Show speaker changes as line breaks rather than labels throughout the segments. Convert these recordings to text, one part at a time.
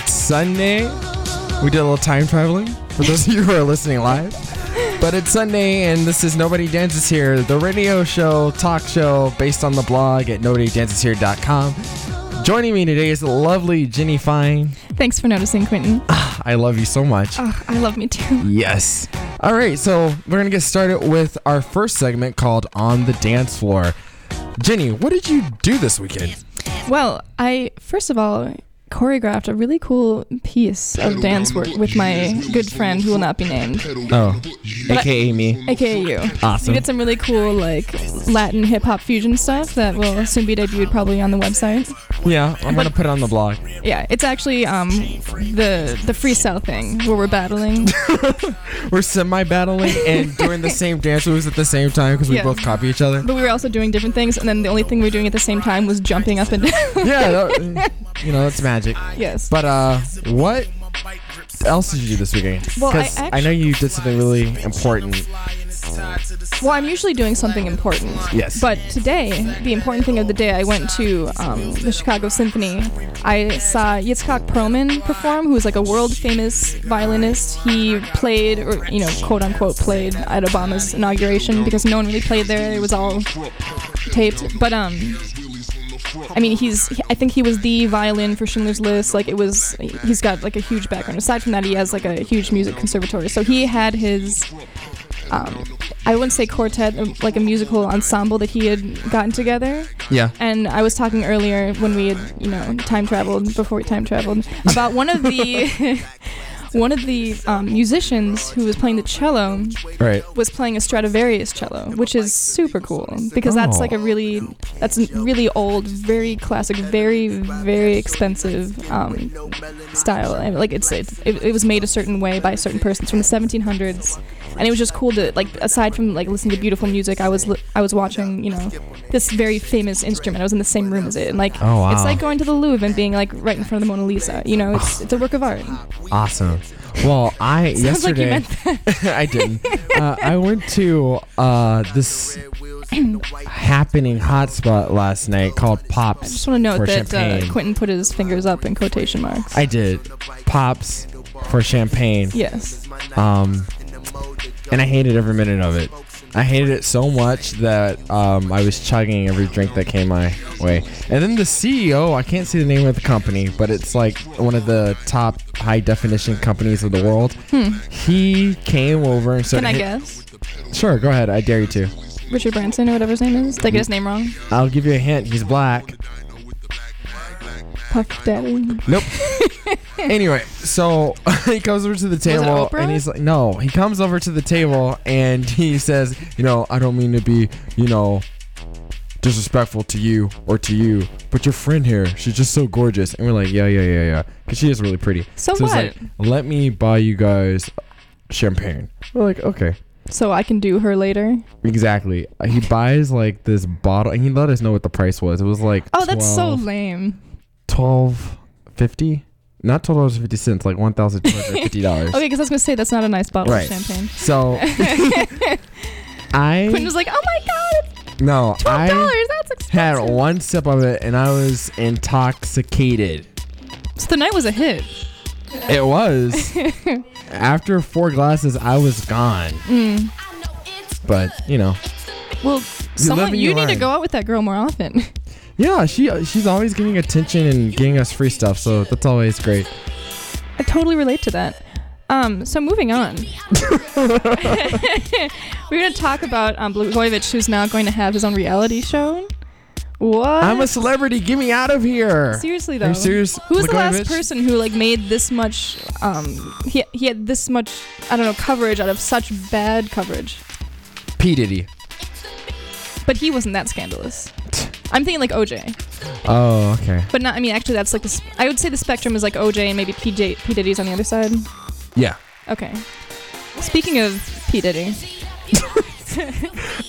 Sunday. We did a little time traveling for those of you who are listening live. But it's Sunday, and this is Nobody Dances Here, the radio show, talk show based on the blog at nobodydanceshere.com. Joining me today is the lovely Jenny Fine.
Thanks for noticing, Quentin.
I love you so much.
Oh, I love me too.
Yes. All right, so we're going to get started with our first segment called On the Dance Floor. Jenny, what did you do this weekend?
Well, I first of all choreographed a really cool piece of dance work with my good friend who will not be named,
Oh,
But I-
aka me.
aka you. We
Awesome.
did some really cool like Latin hip hop fusion stuff that will soon be debuted probably on the website.
Yeah, I'm going to put it on the blog.
Yeah, it's actually um the the freestyle thing where we're battling.
We're semi battling and doing the same dance moves at the same time because we
Yeah.
both copy each other.
But we were also doing different things and then the only thing we were doing at the same time was jumping up and down.
Yeah, that- you know, it's magic.
yes.
But uh, what else did you do this weekend?
Well, I
'Cause know you did something really important.
Well, I'm usually doing something important.
Yes.
But today, the important thing of the day, I went to um, the Chicago Symphony. I saw Yitzhak Perlman perform, who is like a world famous violinist. He played, or, you know, quote unquote, played at Obama's inauguration because no one really played there. It was all taped. But, um,. I mean, he's. he- I think he was the violin for Schindler's List. Like, it was. He's got like a huge background. Aside from that, he has like a huge music conservatory. So he had his um, I wouldn't say quartet, um, like a musical ensemble that he had gotten together.
yeah.
And I was talking earlier when we had, you know, time traveled before we time traveled about one of the one of the um, musicians who was playing the cello
Right.
was playing a Stradivarius cello, which is super cool because that's
Oh.
like a really that's a really old, very classic, very very expensive um, style. And like it's, it's it, it was made a certain way by a certain person. It's from the 1700s, and it was just cool to like aside from like listening to beautiful music, I was li- I was watching you know this very famous instrument. I was in the same room as it, and like
Oh, wow.
it's like going to the Louvre and being like right in front of the Mona Lisa. You know, it's it's a work of art.
Awesome. Well, I
Sounds like you
yesterday
meant that.
I didn't. Uh, I went to uh, this happening hotspot last night called Pops.
I just want to note
for
that
champagne.
uh, Quentin put his fingers up in quotation marks.
I did Pops for champagne.
yes.
Um, and I hated every minute of it. I hated it so much that um, I was chugging every drink that came my way. And then the CEO, I can't see the name of the company, but it's like one of the top high definition companies of the world. He came over and
Hmm. Can
started.
I guess?
Sure, go ahead. I dare you to.
Richard Branson or whatever his name is. Did I get his name wrong?
I'll give you a hint. He's black.
Puff Daddy.
Nope. anyway, so he comes over to the
it
table
Oprah?
and he's like, no, he comes over to the table and he says, you know, I don't mean to be, you know, disrespectful to you or to you, but your friend here, she's just so gorgeous. And we're like, yeah, yeah, yeah, yeah. Because she is really pretty.
So
he's
what?
like, let me buy you guys champagne. We're like, okay.
So I can do her later.
Exactly. Uh, He buys like this bottle and he let us know what the price was. It was like
Oh, that's
12
so lame.
twelve fifty, not twelve dollars fifty cents, like one thousand two hundred fifty dollars.
Okay, because I was gonna say that's not a nice bottle
Right.
of champagne.
So
Quentin
I
was like, "Oh my God, it's
no,
twelve
I
dollars. That's
had
expensive."
one sip of it and I was intoxicated.
So the night was a hit.
It was after four glasses, I was gone.
Mm.
But you know,
Well, someone
and
you
you
need to
learn.
go out with that girl more often.
yeah, she she's always giving attention and getting us free stuff, so that's always great.
I totally relate to that. Um, so moving on, we're gonna talk about um, Blagojevich, who's now going to have his own reality show. What?
I'm a celebrity. Get me out of here.
Seriously
Are
though,
you serious?
Who's the last
Blagojevich?
person who like made this much? Um, he he had this much I don't know coverage out of such bad coverage,
P Diddy.
but he wasn't that scandalous. I'm thinking like OJ,
Oh, okay.
but not. I mean, actually, that's like the. sp- I would say the spectrum is like OJ and maybe PJ P Diddy's on the other side.
Yeah.
Okay. Speaking of P Diddy,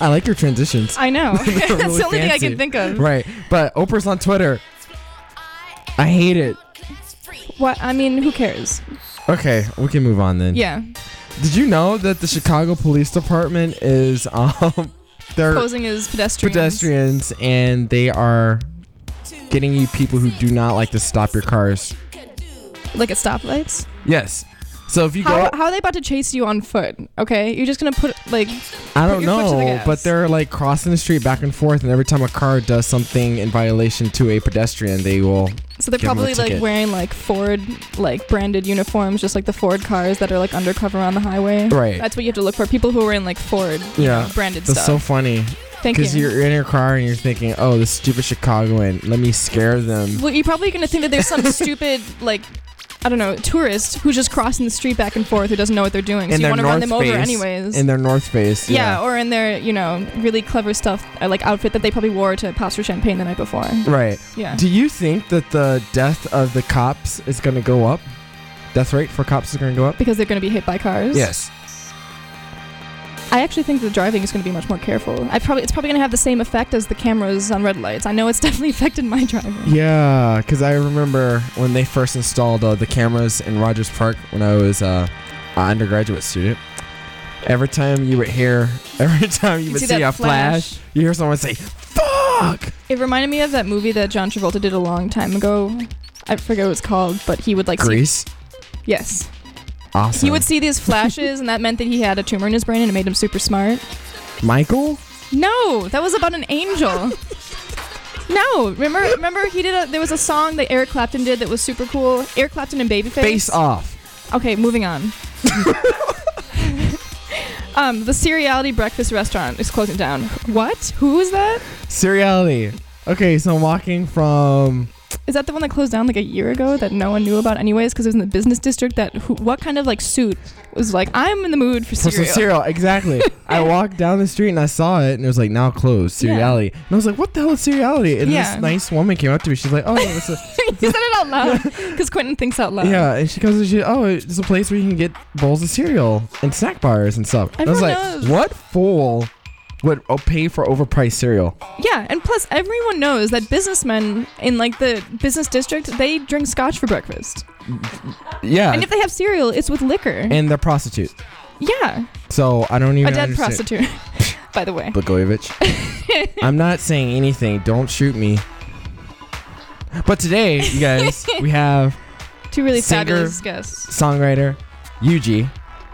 I like your transitions.
I know that's
They're really
the only thing I
fancy.
can think of.
Right. But Oprah's on Twitter. I hate it.
What I mean, who cares?
Okay, we can move on then.
Yeah,
Did you know that the Chicago Police Department is um they're
posing as pedestrians.
pedestrians and they are getting you people who do not like to stop your cars
like at stoplights?
Yes. So if you go,
How,
up-
how are they about to chase you on foot? Okay, you're just gonna put like
I
put
don't
your foot to the
know,
gas.
but they're like crossing the street back and forth, and every time a car does something in violation to a pedestrian, they will.
so they're
Give 'em a
probably like
ticket.
wearing like Ford like branded uniforms, just like the Ford cars that are like undercover on the highway.
Right.
That's what you have to look for. People who are in like Ford
Yeah.
branded
That's so
stuff.
funny
Thank
because
you.
you're in your car and you're thinking, "Oh, this stupid Chicagoan, let me scare them."
well, you're probably gonna think that there's some stupid like. I don't know, tourist who's just crossing the street back and forth who doesn't know what they're doing. So
In
you
their
want to run
North
them over
Face,
anyways.
In their North Face.
yeah. or in their, you know, really clever stuff, uh, like outfit that they probably wore to Pastor Champagne the night before.
Right.
Yeah.
Do you think that the death of the cops is going to go up? Death rate for cops is going to go up?
because they're going to be hit by cars.
Yes.
I actually think the driving is going to be much more careful. I probably it's probably going to have the same effect as the cameras on red lights. I know it's definitely affected my driving.
Yeah, because I remember when they first installed uh, the cameras in Rogers Park when I was uh, an undergraduate student. Every time you would hear, every time you,
You
would
see
see,
that
a flash,
flash.
you hear someone say, fuck!
It reminded me of that movie that John Travolta did a long time ago. I forget what it's called, but he would like see-
Grease.
yes,
Awesome.
he would see these flashes, and that meant that he had a tumor in his brain, and it made him super smart.
Michael?
No, that was about an angel. No, remember, remember he did. A, there was a song that Eric Clapton did that was super cool. Eric Clapton and Babyface.
Face off.
Okay, moving on. um, the Cereality Breakfast Restaurant is closing down. What? Who is that?
Seriality. Okay, so I'm walking from
Is that the one that closed down like a year ago that no one knew about, anyways? Because it was in the business district. That who, what kind of like suit was like? I'm in the mood for
For some
cereal.
cereal, exactly. I walked down the street and I saw it, and it was like now closed,
Yeah.
cereality. And I was like, "What the hell is cereality?" And
Yeah.
this nice woman came up to me. She's like, "Oh, it's a,
you said it out loud because Quentin thinks out loud.
yeah." And she comes and she, "Oh, it's a place where you can get bowls of cereal and snack bars and stuff." And I was like,
Everyone knows.
"What fool would uh, pay for overpriced cereal?"
Yeah, and plus everyone knows that businessmen in like the business district they drink scotch for breakfast,
Yeah,
and
and,
if they have cereal, it's with liquor.
they're prostitute,
yeah,
so I don't even
a dead
understand.
prostitute. By the way.
Blagojevich. I'm not saying anything. Don't shoot me. But today, you guys, we have
Two really
Singer-
fabulous guests.
songwriter Yuji,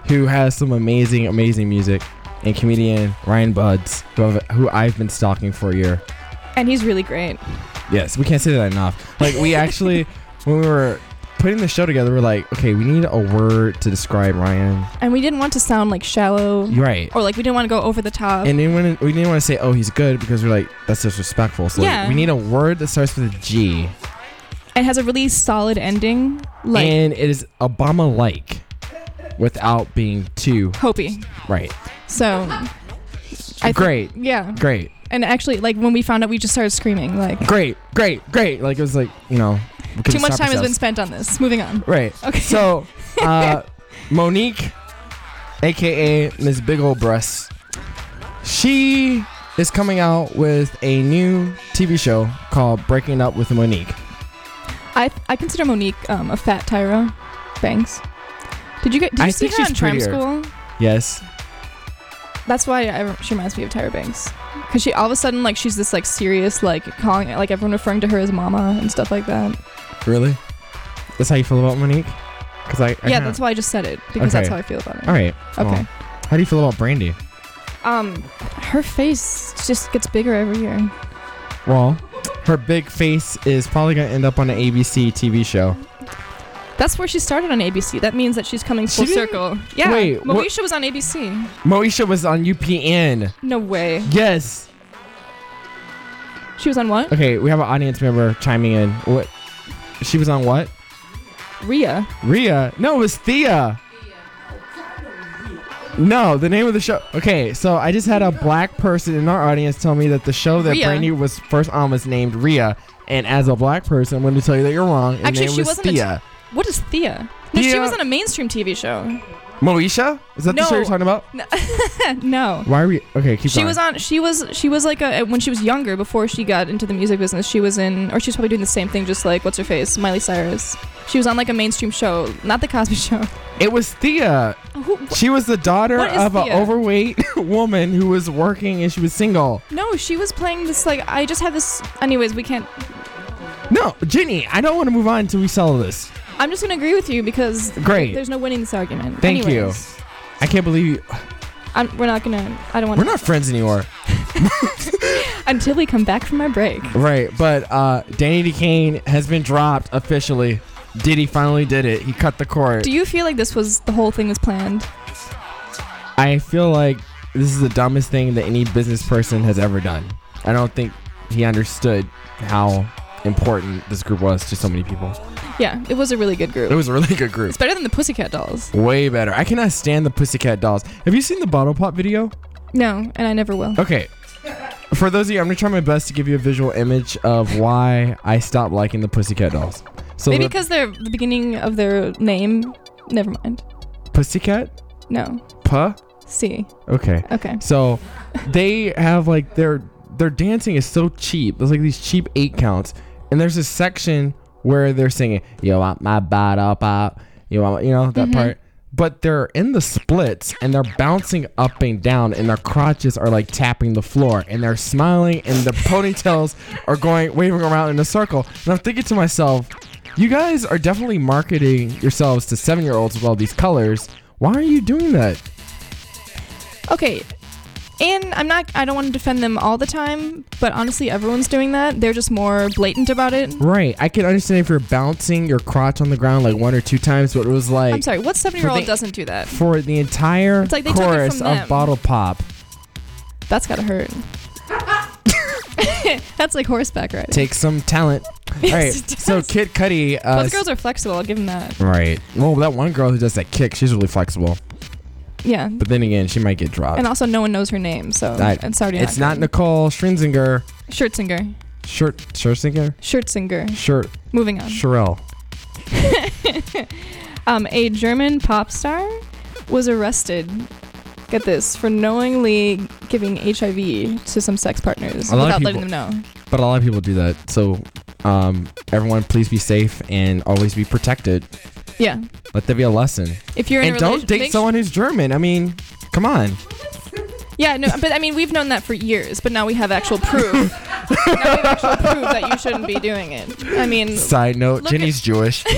who has some amazing, amazing music, and comedian Ryan Buds, who I've, who I've been stalking for a year.
And he's really great.
Yes, we can't say that enough. Like we actually, when we were putting the show together, we are like, okay, we need a word to describe Ryan.
And we didn't want to sound like shallow
You're right.
or like we didn't want to go over the top.
And then when we didn't want to say, oh, he's good, because we're like, that's disrespectful. So
Yeah.
we need a word that starts with a G,
It has a really solid ending. Like
and it is Obama-like, without being too
Hopi.
right.
So I thi-
great,
yeah.
great.
And actually like when we found out we just started screaming like
great, great, great. Like it was like you know, we
too
couldn't
much
stop
time has been
ourselves.
spent on this. Moving on.
right.
Okay.
So, uh, Monique, aka Miss Big Ol' Breasts, she is coming out with a new TV show called Breaking Up with Monique.
I I consider Monique um, a fat Tyra Banks. Did you get did you
I
see
think
her
she's
in Charm
prettier.
School?
Yes.
That's why I, she reminds me of Tyra Banks, because she all of a sudden like she's this like serious like calling like everyone referring to her as mama and stuff like that.
Really? That's how you feel about Monique? Because I, I
yeah,
kinda-
that's why I just said it because that's
Okay.
how I feel about it.
all right.
Okay.
well, how do you feel about Brandy?
Um, her face just gets bigger every year.
Well, her big face is probably gonna end up on an ABC TV show.
That's where she started on ABC. That means that she's coming full
She didn't-
circle. Yeah,
Wait, what-
Moesha was on ABC.
Moesha was on UPN.
No way.
Yes.
She was on what?
Okay, we have an audience member chiming in. What? She was on what?
Rhea.
Rhea? No, it was Thea. No, the name of the show. Okay, so I just had a black person in our audience tell me that the show that
Rhea.
Brandy was first on was named Rhea, and as a black person, I'm going to tell you that you're wrong. The
Actually,
name
she
was
wasn't a-
Thea.
What is Thea? No, she
Thea-
was on a mainstream TV show.
Moesha? Is that the show
No.
you're talking about?
no.
Why are we? Okay, keep
She
going.
was on. She was. She was like a when she was younger, before she got into the music business. She was in, or she's probably doing the same thing, just like what's her face, Miley Cyrus. She was on like a mainstream show, not the Cosby Show.
it was Thea.
Who, wh-
She was the daughter
What is
of an
Thea?
overweight woman who was working and she was single.
no, she was playing this like I just had this. Anyways, we can't.
No, Ginny, I don't want to move on until we sell this.
I'm just gonna agree with you because
Great.
There's no winning this argument.
Thank you.
Anyways,
I can't believe you.
I'm, we're not gonna. I don't want.
We're not friends anymore.
until we come back from our break.
Right, but uh, Danny DeCane has been dropped officially. Diddy finally did it. He cut the cord.
Do you feel like this was the whole thing was planned?
I feel like this is the dumbest thing that any business person has ever done. I don't think he understood how important this group was to so many people.
Yeah, it was a really good
It
group.
was a really good group.
It's better than the Pussycat Dolls.
Way better. I cannot stand the Pussycat Dolls. Have you seen the Bottle Pop video?
No, and I never will.
Okay. For those of you, I'm gonna try my best to give you a visual image of why I stopped liking the Pussycat Dolls. So
Maybe
the
because they're the beginning of their name. Never mind.
Pussycat,
No.
puh.
See.
Okay.
Okay.
So they have like their their dancing is so cheap. There's like these cheap eight counts, and there's a section where they're singing "You want my bottle pop," you want you know that part. But they're in the splits and they're bouncing up and down, and their crotches are like tapping the floor, and they're smiling, and their ponytails are going waving around in a circle. And I'm thinking to myself, you guys are definitely marketing yourselves to seven year olds with all these colors. Why are you doing that?
Okay. And I'm not. I don't want to defend them all the time, but honestly, everyone's doing that. They're just more blatant about it.
Right. I can understand if you're bouncing your crotch on the ground like one or two times, but it was like
I'm sorry. What seven-year-old
they-
doesn't do that?
for the entire
like they took it
chorus
from
of
them.
Bottle Pop.
That's gotta hurt. That's like horseback riding.
Takes some talent. All right.
it does.
So Kid Cudi. Uh,
Both girls are flexible. I'll give them that.
right. Well, that one girl who does that kick, she's really flexible.
Yeah.
But then again, she might get dropped.
And also, no one knows her name, so
I-
it's already.
it's not Nicole Strinzinger.
Schertzinger.
Shirt Scherzinger?
Schertzinger.
Shirt
Moving on.
Sherelle.
Um, a German pop star was arrested. Get this for knowingly giving HIV to some sex partners
A lot of
without
people-
letting them know.
But a lot of people do that. So um, everyone please be safe and always be protected.
Yeah.
Let that be a lesson.
If you're in
and
a
don't
relationship,
date someone who's German. I mean, come on.
Yeah, no, but I mean, we've known that for years, but now we have actual proof. now we have actual proof that you shouldn't be doing it. I mean,
Side note,
Look
Jenny's Jewish.
some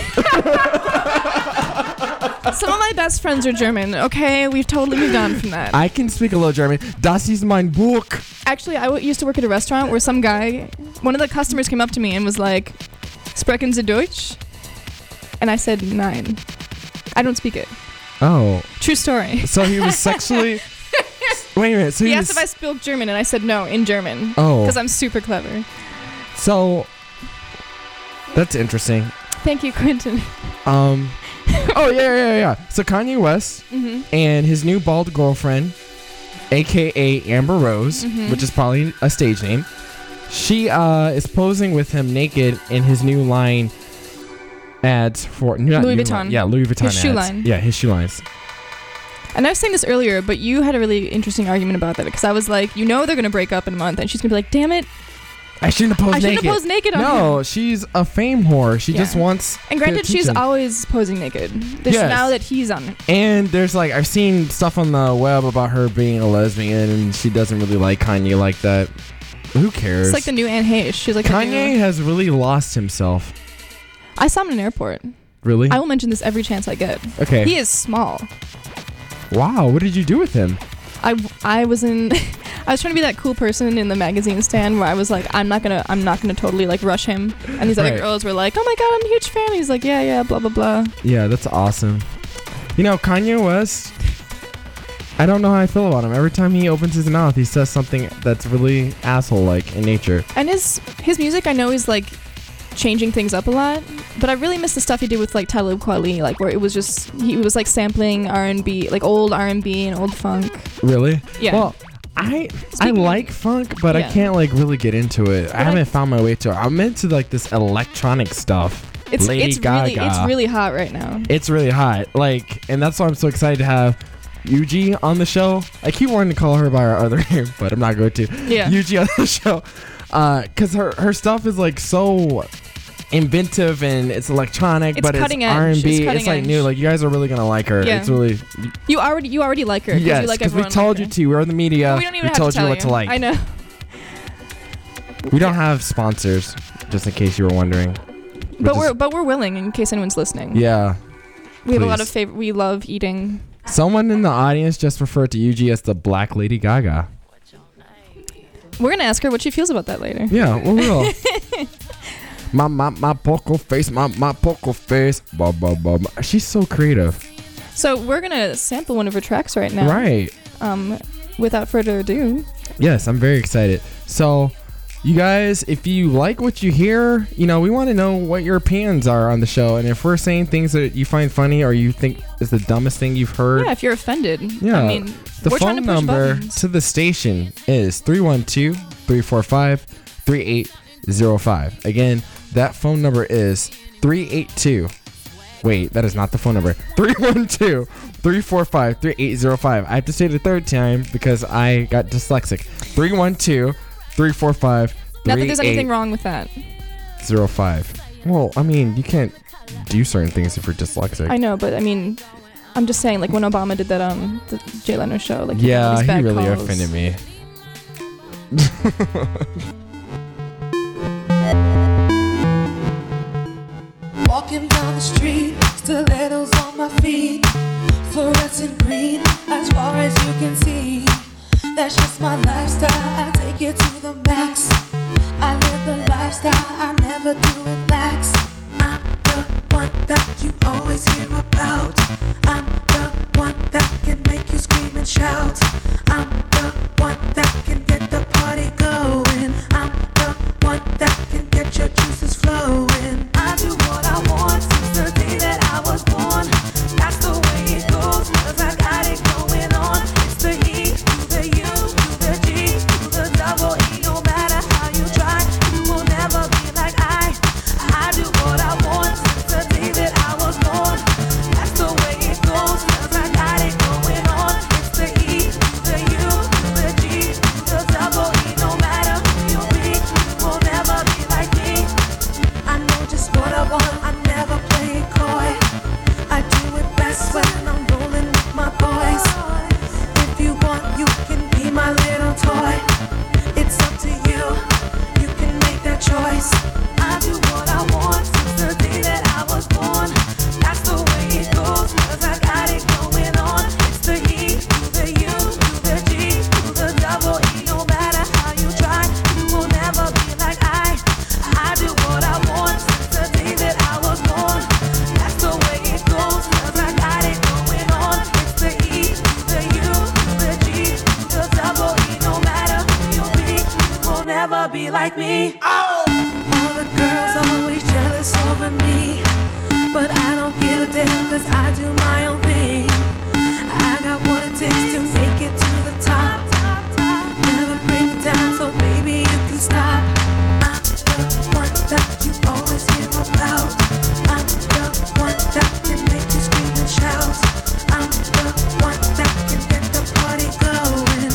of my best friends are German. Okay, we've totally moved on from that.
I can speak a little German. Das ist mein Buch.
Actually, I w- used to work at a restaurant where some guy, one of the customers came up to me and was like, Sprechen Sie Deutsch? And I said, Nein. I don't speak it.
Oh,
True story.
so he was sexually. Wait a minute. So he,
He
was.
asked if I spoke German, and I said no in German.
oh,
Because I'm super clever.
so that's interesting.
Thank you, Quentin.
Um, oh yeah, yeah, yeah, yeah. So Kanye West
hmm
and his new bald girlfriend, aka Amber Rose,
Mhm.
which is probably a stage name. She uh, is posing with him naked in his new line ads for not
Louis
new
Vuitton.
line, yeah, Louis Vuitton.
His shoe
ads.
line.
Yeah, his shoe lines.
And I was saying this earlier, but you had a really interesting argument about that because I was like, you know, they're gonna break up in a month, and she's gonna be like, damn it,
I shouldn't have posed
I
naked.
shouldn't have posed naked on
no,
him.
she's a fame whore. She just
Yeah.
wants.
And granted, she's
attention.
always posing naked. This
Yes.
now that he's on.
And there's like I've seen stuff on the web about her being a lesbian, and she doesn't really like Kanye like that. Who cares?
It's like the new Anne Hayes. She's like the
Kanye
new-
has really lost himself.
I saw him in an airport.
Really?
I will mention this every chance I get.
Mm. okay.
He is small.
wow. What did you do with him?
I I was in. I was trying to be that cool person in the magazine stand where I was like, I'm not gonna, I'm not gonna totally like rush him. And these
Right.
other girls were like, Oh my god, I'm a huge fan. And he's like, Yeah, yeah, blah blah blah.
Yeah, that's awesome. You know, Kanye West. I don't know how I feel about him. Every time he opens his mouth, he says something that's really asshole-like in nature.
And his his music, I know, is like changing things up a lot. But I really miss the stuff he did with like Talib Kweli, like where it was just he was like sampling R and B, like old R and B and old funk.
Really?
Yeah.
Well, I I
Speaking of-
like funk, but I
Yeah.
can't like really get into it. I
I-
haven't found my way to it. I'm into like this electronic stuff.
it's
Lady
it's really it's
Gaga.
really hot right now.
It's really hot. Like, and that's why I'm so excited to have Yuji on the show. I keep wanting to call her by her other name, but I'm not going to.
Yeah.
Yuji on the show, Uh 'cause cause her her stuff is like so inventive and it's electronic,
It's
but
cutting
it's
edge.
R and
It's
B. It's,
cutting
like
edge.
new. Like you guys are really gonna like her.
Yeah.
It's really
You already you already like her. 'cause
yes,
you like
'cause we
everyone
told
like
you
her.
to. We're in the media.
But we don't even have
told
to tell
you what to like.
I know.
We don't have sponsors, just in case you were wondering.
But
is-
we're but we're willing in case anyone's listening.
yeah.
we have a lot
please.
of favorite. We love eating.
Someone in the audience just referred to Yuji as the Black Lady Gaga.
We're gonna ask her what she feels about that later.
Yeah, we will. my my my poker face, my my poker face. Blah, blah, blah, blah. She's so creative,
So we're gonna sample one of her tracks right now.
right?
Um, without further ado,
Yes, I'm very excited. So, you guys, if you like what you hear, you know, we want to know what your opinions are on the show. And if we're saying things that you find funny or you think is the dumbest thing you've heard,
yeah, if you're offended,
Yeah,
I mean,
the
we're trying
phone
to push
number
buttons.
to the station is 312 345 3805. Again, that phone number is 382. Wait, that is not the phone number. 312 345 3805. I have to say it a third time because I got dyslexic. 312 345
Not that there's anything wrong with that.
3805. Well, I mean, you can't do certain things if you're dyslexic.
I know, but I mean, I'm just saying, like when Obama did that um the Jay Leno show, like had all
yeah,
these
he
bad
really
calls.
offended me.
Walking down the street, stilettos on my feet, fluorescent green as far as you can see. That's just my lifestyle, I take it to the max. I live the lifestyle, I never do it lax. I'm the one that you always hear about. I'm the one that can make you scream and shout. I'm the one that can get the party going. I'm the one that can get your juices flowing. I do what I want since the day that I was born. That's the way it goes, cause I got it going on. It's the E to the U to the G to the double E. No matter how you try, you will never be like I. I do what I want since the day that I was born. That's the way it goes, cause I got it going on. It's the E to the U to the G to the double E. No matter who you be, you will never be like me. I know just what I want, I never play it coy. I do it best when I'm rolling with my boys. If you want, you can be my little toy. It's up to you, you can make that choice. I do what I want since the day that I was born. That's the way it goes, cause I got it going on. It's the E to the U to the G to the double E. No matter how you try, you will never be like I. I do what I want since the day that I was born. That's the way it goes, cause I got it going on. It's the E to the U to the G to the double E. No matter who you be, you will never be like me. All the girls always jealous over me. But I don't give a damn, cause I do my own thing. I got what it takes to make it to the top. Never break it down, so baby, you can stop. I'm the one that you always hear about. I'm the one that can make you scream and shout. I'm the one that can get the party going.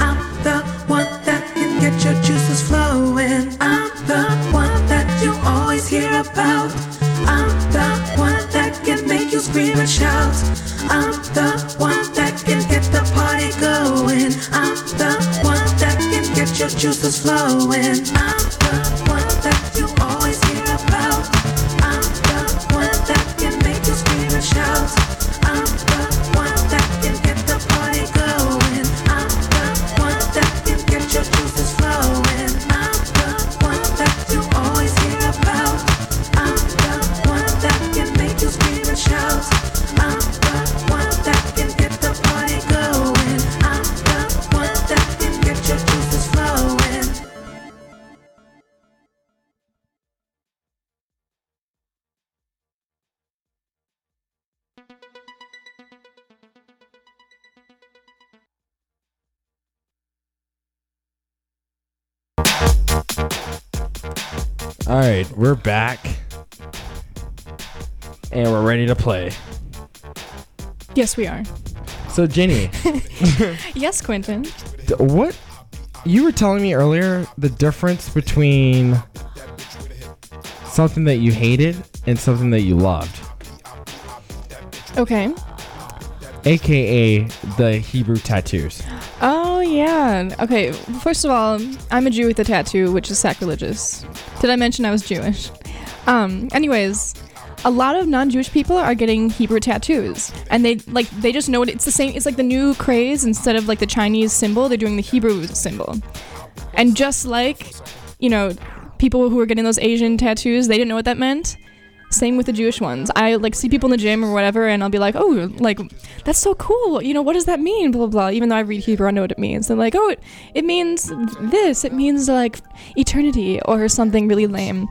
I'm the one that can get your juices flowing. I'm the one that you always hear about. I'm the one that can make you scream and shout. I'm the one that can get the party going. I'm the one that can get your juices flowing. I'm the one that you always hear about. I'm the one that can make you scream and shout. I'm the one that can get the party going. I'm the one that can get your juices flowing. I'm the one that you always hear about. I'm the one that can make you scream and shout. I'm the one that can get the party going. I'm the one that can get your juices flowing. I'm the one that you always hear about. I'm the one that can make you scream and shout. I'm the one that can get the party going. I'm the one that can get your juices flowing. I'm the one that you always hear about. I'm the one that can make you scream and shout. I'm the one that can get the party going. I'm the one that can get your juices flowing.
All right, we're back. and we're ready to play.
Yes, we are.
So Jenny,
Yes, Quentin.
d- what you were telling me earlier the difference between something that you hated and something that you loved,
Okay.
aka the Hebrew tattoos.
Oh yeah. Okay. First of all, I'm a Jew with a tattoo, which is sacrilegious. Did I mention I was Jewish? Um. Anyways, a lot of non-Jewish people are getting Hebrew tattoos, and they like they just know it. It's the same. It's like the new craze. Instead of like the Chinese symbol, they're doing the Hebrew symbol, and just like you know, people who are getting those Asian tattoos, they didn't know what that meant. Same with the Jewish ones. I like see people in the gym or whatever, and I'll be like, "Oh, like that's so cool. You know, what does that mean?" Blah blah. blah. Even though I read Hebrew, I know what it means. They're like, "Oh, it, it means this. It means like eternity or something really lame."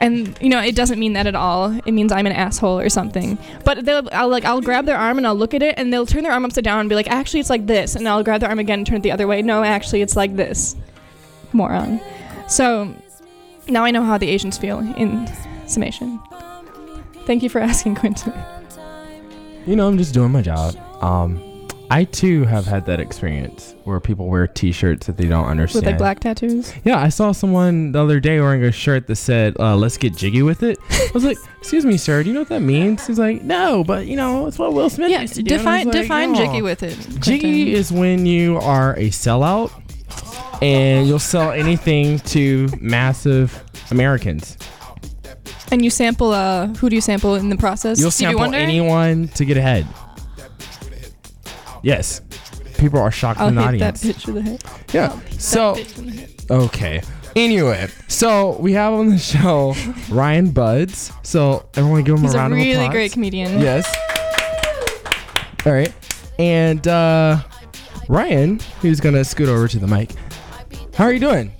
And you know, it doesn't mean that at all. It means I'm an asshole or something. But they'll, I'll like I'll grab their arm and I'll look at it, and they'll turn their arm upside down and be like, "Actually, it's like this." And I'll grab their arm again and turn it the other way. No, actually, it's like this. Moron. So now I know how the Asians feel. In summation. Thank you for asking, Quentin.
You know, I'm just doing my job. Um, I too have had that experience where people wear T-shirts that they don't understand.
With like black tattoos.
Yeah, I saw someone the other day wearing a shirt that said, uh, let's get jiggy with it. I was like, excuse me, sir, do you know what that means? He's like, no, but you know, it's what Will Smith
Yeah,
used to do. And I
define
was like,
define
"No."
jiggy with it.
Jiggy is when you are a sellout and you'll sell anything to massive Americans.
and you sample. Uh, who do you sample in the process?
You'll
Stevie
sample
Wonder?
anyone to get ahead. Yes. People are shocked
I'll
in the
Oh, hit that
audience.
pitch with a hit. Oh,
yeah. So
That pitch with a hit.
Okay. Anyway, so we have on the show Ryan Buds. So everyone give him
he's
a
a
round of
really
applause.
great comedian.
Yes. All right. And uh, Ryan, who's gonna scoot over to the mic. How are you doing?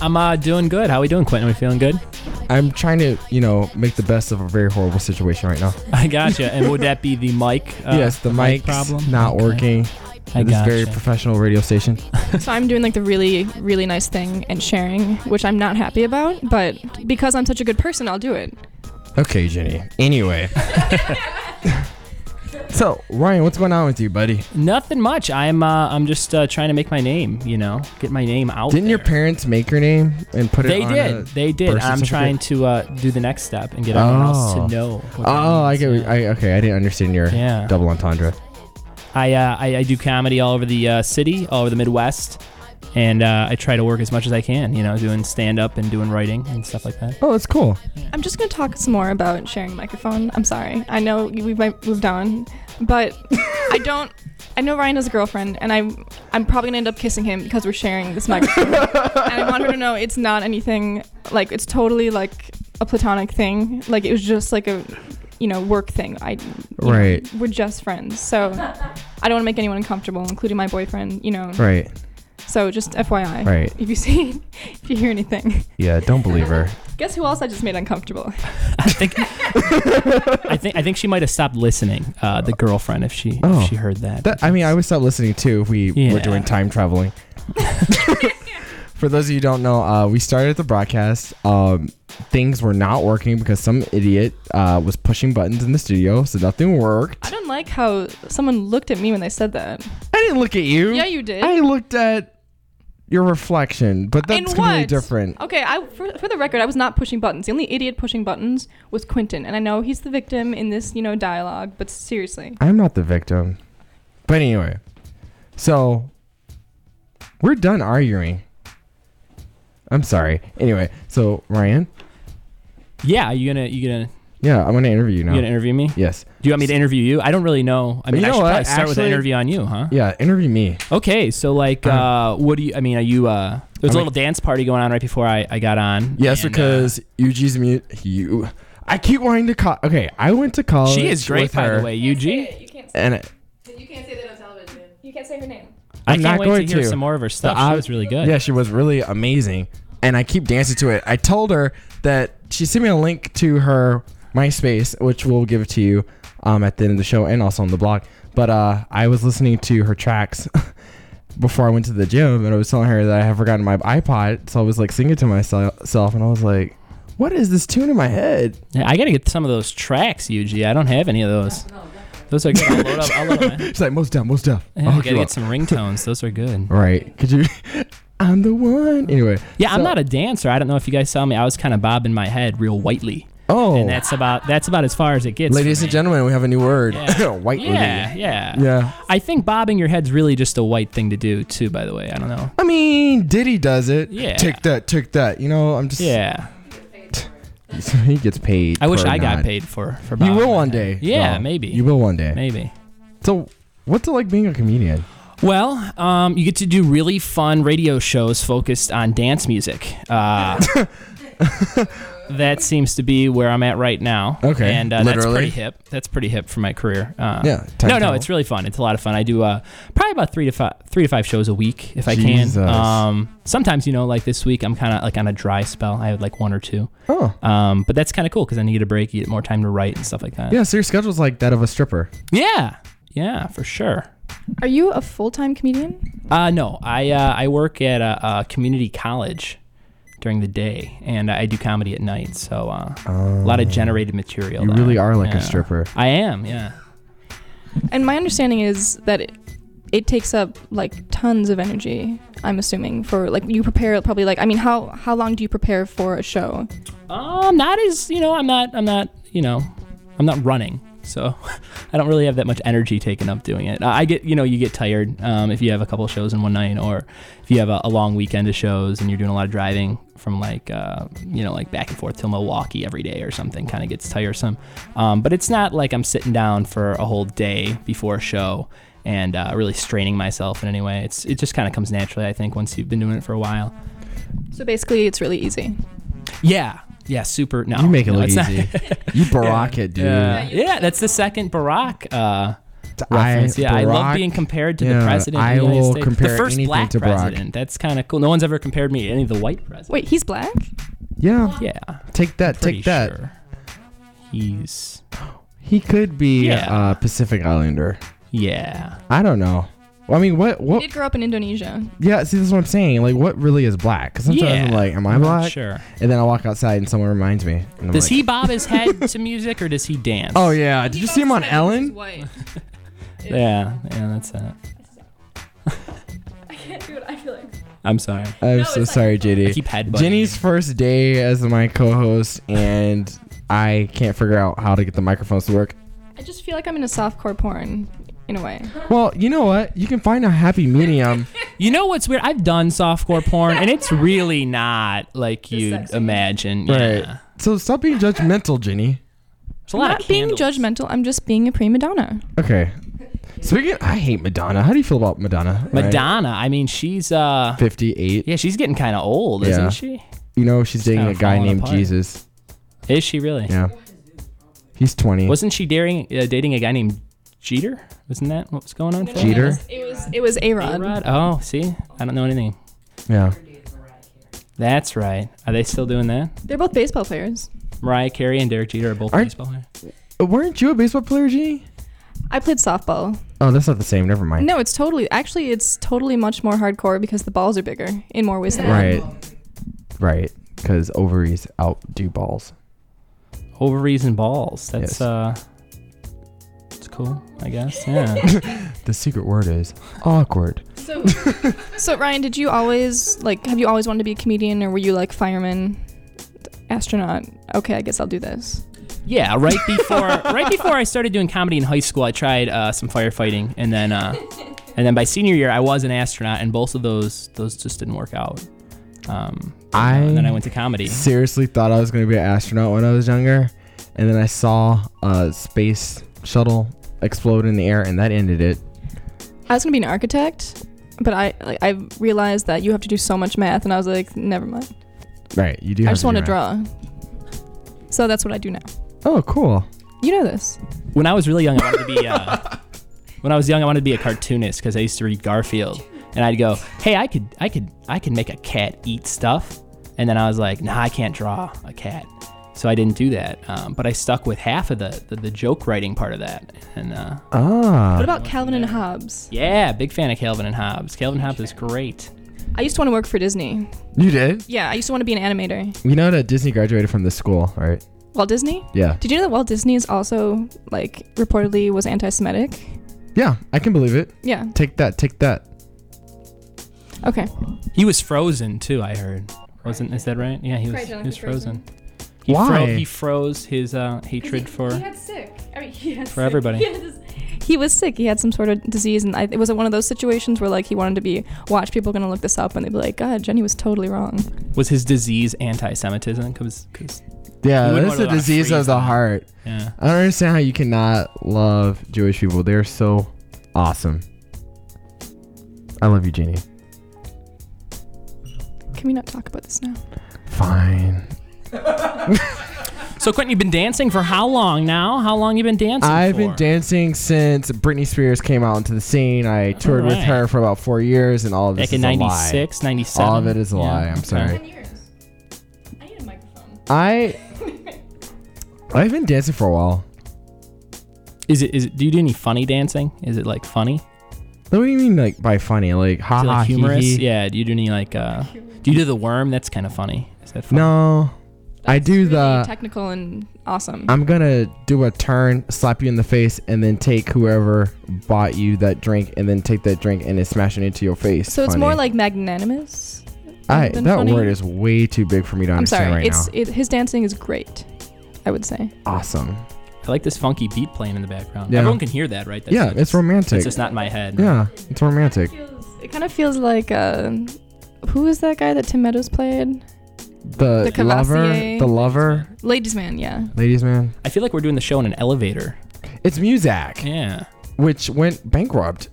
I'm uh, doing good. How we doing, Quentin? We feeling good?
I'm trying to, you know, make the best of a very horrible situation right now.
I gotcha. And would that be the mic? Uh,
yes, the mic's
problem.
not
Okay.
working
I
at this
gotcha.
very professional radio station.
So I'm doing like the really really nice thing and sharing, which I'm not happy about, but because I'm such a good person, I'll do it.
Okay, Jenny. Anyway. so, Ryan, what's going on with you, buddy?
Nothing much. I'm uh, I'm just uh, trying to make my name. You know, get my name out.
Didn't your
there.
parents make your name and put it
They
on a
did. They did.
birth
I'm
certificate?
trying to uh, do the next step and get everyone else
Oh.
to know. What that
Oh, I
means.
get. what- I, okay, I didn't understand your
Yeah.
double entendre.
I, uh, I I do comedy all over the uh, city, all over the Midwest, and uh, I try to work as much as I can. You know, doing stand up and doing writing and stuff like that.
Oh, that's cool.
I'm just gonna talk some more about sharing a microphone. I'm sorry. I know we've moved on, but I don't. I know Ryan has a girlfriend, and I'm I'm probably gonna end up kissing him because we're sharing this microphone. and I want her to know it's not anything like it's totally like a platonic thing. Like it was just like a you know work thing. I you know,
Right.
we're just friends, so I don't want to make anyone uncomfortable, including my boyfriend. You know.
Right.
So just FYI.
Right.
If you see, if you hear anything,
Yeah. Don't believe her.
guess who else I just made uncomfortable?
I think I think I think she might have stopped listening. Uh, the girlfriend, if she
Oh.
if she heard that.
That, I mean, I would stop listening too if we were
Yeah.
doing time traveling. For those of you who don't know, uh, we started the broadcast. Um, things were not working because some idiot uh, was pushing buttons in the studio, so nothing worked.
I don't like how someone looked at me when they said that.
I didn't look at you.
Yeah, you did.
I looked at your reflection, but that's
In
completely
what?
different.
Okay, I for, for the record, I was not pushing buttons. The only idiot pushing buttons was Quentin, and I know he's the victim in this, you know, dialogue. But seriously,
I'm not the victim. But anyway, so we're done arguing. I'm sorry. Anyway, so Ryan,
yeah, you gonna you gonna
yeah, I'm gonna interview you now.
you gonna interview me?
yes.
Do you want me to interview you? I don't really know. I mean,
Oh. You know
I
what?
should probably start with an
Actually-
interview on you, huh?
Yeah, interview me.
Okay, so like, uh, what do you? I mean, are you? Uh, there was
I'm
a little dance party going on right before I, I got on.
Yes,
and, uh,
because UG's mute. You, I keep wanting to. Co- okay, I went to college.
she is
with
great, by
her,
the way. UG,
you can't
And I-
you can't say that on television. You can't say her name.
I
I'm
can't
not
wait
going
to hear
to.
some more of her stuff.
I-
she was really good.
yeah, she was really amazing, and I keep dancing to it. I told her that she sent me a link to her MySpace, which we'll give to you um, at the end of the show and also on the blog. But uh, I was listening to her tracks before I went to the gym, and I was telling her that I had forgotten my iPod, so I was like singing to myself, and I was like, what is this tune in my head?
Yeah, I gotta get some of those tracks, UG. I don't have any of those. Those are good. I'll load up. I'll load up.
It's like most dumb, most dumb.
Yeah, I gotta get some ringtones. Those are good.
Right? Could you? I'm the one. Anyway.
Yeah, I'm not a dancer. I don't know if you guys saw me. I was kind of bobbing my head real whitely,
Oh,
and that's about that's about as far as it gets.
ladies and
for me.
gentlemen, we have a new word.
Yeah.
White
Yeah,
lady.
yeah,
Yeah.
I think bobbing your head's really just a white thing to do, too. By the way, I don't know.
I mean, Diddy does it.
Yeah.
Take that, take that. You know, I'm just.
Yeah,
he gets paid.
I wish
for
I got
not-
paid for for
You
bobbing.
will one day.
Yeah,
though.
maybe.
You will one day.
maybe.
So, what's it like being a comedian?
Well, um, you get to do really fun radio shows focused on dance music. Uh, that seems to be where I'm at right now.
Okay,
and uh, that's
literally.
pretty hip. That's pretty hip for my career. Uh,
Yeah, time
no, no,
travel.
it's really fun. It's a lot of fun. I do uh, probably about three to five, three to five shows a week if I
Jesus.
can. Um, sometimes you know, like this week, I'm kind of like on a dry spell. I have like one or two.
Oh.
Um, but that's kind of cool because then you get a break, you get more time to write and stuff like that.
Yeah, so your schedule's like that of a stripper.
yeah, yeah, for sure.
Are you a full time comedian?
Uh, no, I uh, I work at a, a community college during the day, and I do comedy at night. So uh, a lot of generated material.
Oh. You
there.
really are like a
Yeah.
stripper.
I am, yeah.
And my understanding is that it, it takes up like tons of energy. I'm assuming for like you prepare probably like I mean how how long do you prepare for a show?
Um, not as you know, I'm not, I'm not, you know, I'm not running. So I don't really have that much energy taken up doing it. I I get, you know, you get tired um, if you have a couple shows in one night, or if you have a, a long weekend of shows and you're doing a lot of driving from like, uh, you know, like back and forth till Milwaukee every day or something. Kind of gets tiresome. Um, but it's not like I'm sitting down for a whole day before a show and uh, really straining myself in any way. It's it just kind of comes naturally, I think, once you've been doing it for a while.
So basically, it's really easy.
Yeah, yeah, super. No,
You make it
no,
look
it's not-
easy. you barack it, dude.
yeah. yeah, that's the second Barack uh, reference. yeah, I love
Barack-
being compared to
yeah,
the president.
I
of the United
will
States.
compare
the first
anything
black
to Barack.
president. That's kind of cool. No one's ever compared me to any of the white presidents.
Wait, he's black?
Yeah.
yeah,
Take that,
pretty
take that.
Sure. He's
He could be a
Yeah.
uh, Pacific Islander.
yeah.
I don't know. Well, I mean, what,
He
what?
did grow up in Indonesia.
Yeah, see, that's what I'm saying. Like, what really is black? Because sometimes
yeah.
I'm like, am I
I'm not
black?
Sure.
And then I walk outside and someone reminds me. And I'm
Does
like,
he bob his head to music or does he dance?
Oh yeah, did you see him on Ellen?
Yeah, yeah, that's it.
I can't do it. I feel like
I'm sorry.
I'm
No,
so
it's
sorry,
I
JD.
keep headbutting.
Jenny's first day as my co-host, and I can't figure out how to get the microphones to work.
I just feel like I'm in a softcore porn in a way.
Well, you know what? You can find a happy medium.
You know what's weird? I've done softcore porn and it's really not like you
sexy.
imagine.
Right.
Yeah.
So stop being judgmental, Jenny.
It's a
I'm
lot
not
of
being
candles.
judgmental. I'm just being a prima donna.
Okay. Speaking, I hate Madonna. How do you feel about Madonna? Right?
Madonna. I mean, she's uh,
fifty-eight.
yeah, she's getting kind of old,
Yeah.
isn't she?
You know she's dating a
kinda
guy
falling
named
apart.
Jesus.
Is she really?
Yeah. He's twenty.
Wasn't she dating uh, dating a guy named Jeter? Wasn't that what was going on? for a
Jeter?
It was it was a
while?
rod.
Rod? Oh, see, I don't know anything.
yeah.
That's right. Are they still doing that?
They're both baseball players.
Mariah Carey and Derek Jeter are both
Aren't-
baseball players.
Weren't you a baseball player, Jenny?
I played softball.
Oh, that's not the same. Never mind.
No, it's totally. Actually, it's totally much more hardcore because the balls are bigger in more ways than one.
Right. Right. Because ovaries outdo balls.
Ovaries and balls. That's
Yes.
uh, it's cool. I guess. Yeah.
The secret word is awkward.
So, so Ryan, did you always like? Have you always wanted to be a comedian, or were you like fireman, astronaut? Okay, I guess I'll do this.
yeah. Right before right before I started doing comedy in high school, I tried uh, some firefighting, and then uh, and then by senior year, I was an astronaut, and both of those those just didn't work out. Um,
I
and then I went to comedy.
seriously thought I was going to be an astronaut when I was younger. And then I saw a space shuttle explode in the air, and that ended it.
I was gonna be an architect, but I like, I realized that you have to do so much math, and I was like, never mind.
Right. You do
I
have
just want to
do math.
draw. So that's what I do now.
Oh, cool.
You know this.
when I was really young, I wanted to be. Uh, when I was young, I wanted to be a cartoonist because I used to read Garfield, and I'd go, "Hey, I could, I could, I could make a cat eat stuff," and then I was like, "Nah, I can't draw a cat," so I didn't do that. Um, but I stuck with half of the, the the joke writing part of that, and uh,
Ah.
What about Calvin and Hobbes?
yeah, big fan of Calvin and Hobbes. Calvin and Hobbes is great.
I used to want to work for Disney.
You did?
Yeah, I used to want to be an animator.
We know that Disney graduated from this school, right?
Walt Disney?
Yeah.
Did you know that Walt Disney is also, like, reportedly was anti Semitic?
Yeah, I can believe it.
Yeah.
Take that, take that.
Okay.
He was frozen too. I heard. Wasn't is that right? Yeah, he was.
Right,
He
Jonathan
was frozen.
Frozen.
He
Why?
fro- he froze his uh, hatred for.
sick. I mean, he had
For sick. everybody. He had
He was sick. He had some sort of disease, and I, it was one of those situations where like he wanted to be. Watch people gonna look this up, and they'd be like, "God, Jenny was totally wrong."
Was his disease anti-Semitism? Because,
Yeah,
You wouldn't
that's the
wanna let it
disease of
freeze
the
them.
heart.
yeah,
I don't understand how you cannot love Jewish people. They're so awesome. I love you, Jeannie.
Can we not talk about this now?
Fine.
so Quentin, you've been dancing for how long now? How long you been dancing?
I've been
for?
dancing since Britney Spears came out into the scene. I toured with
Alright.
her for about four years, and all of this
back
is
in
a lie.
96, 97.
All of it is a
Yeah,
lie. I'm
okay.
sorry.
years. I need a microphone.
I I've been dancing for a while.
Is it is it? Do you do any funny dancing? Is it like funny? Is
What do you mean, like by funny? Like ha
it
ha
like
Ah, hee
humorous?
hee?
Yeah. Do you do any like? uh Do you do the worm? That's kind of funny. Is that funny?
No, I do the.
technical and awesome.
I'm gonna do a turn, slap you in the face, and then take whoever bought you that drink, and then take that drink and then smash it into your face.
so it's
Funny.
more like magnanimous.
I, that
than funny.
word is way too big for me to
I'm
understand
sorry.
right
it's
now.
it, his dancing is great. I would say.
Awesome.
I like this funky beat playing in the background.
Yeah.
Everyone can hear that, right? That's
yeah,
it.
it's romantic.
It's just not in my head.
yeah, it's romantic.
It kind of feels like uh, who is that guy that Tim Meadows played?
The,
The
lover,
Cavassier.
the lover,
Ladies Man, yeah.
ladies man.
I feel like we're doing the show in an elevator.
It's Muzak,
Yeah.
which went bankrupt.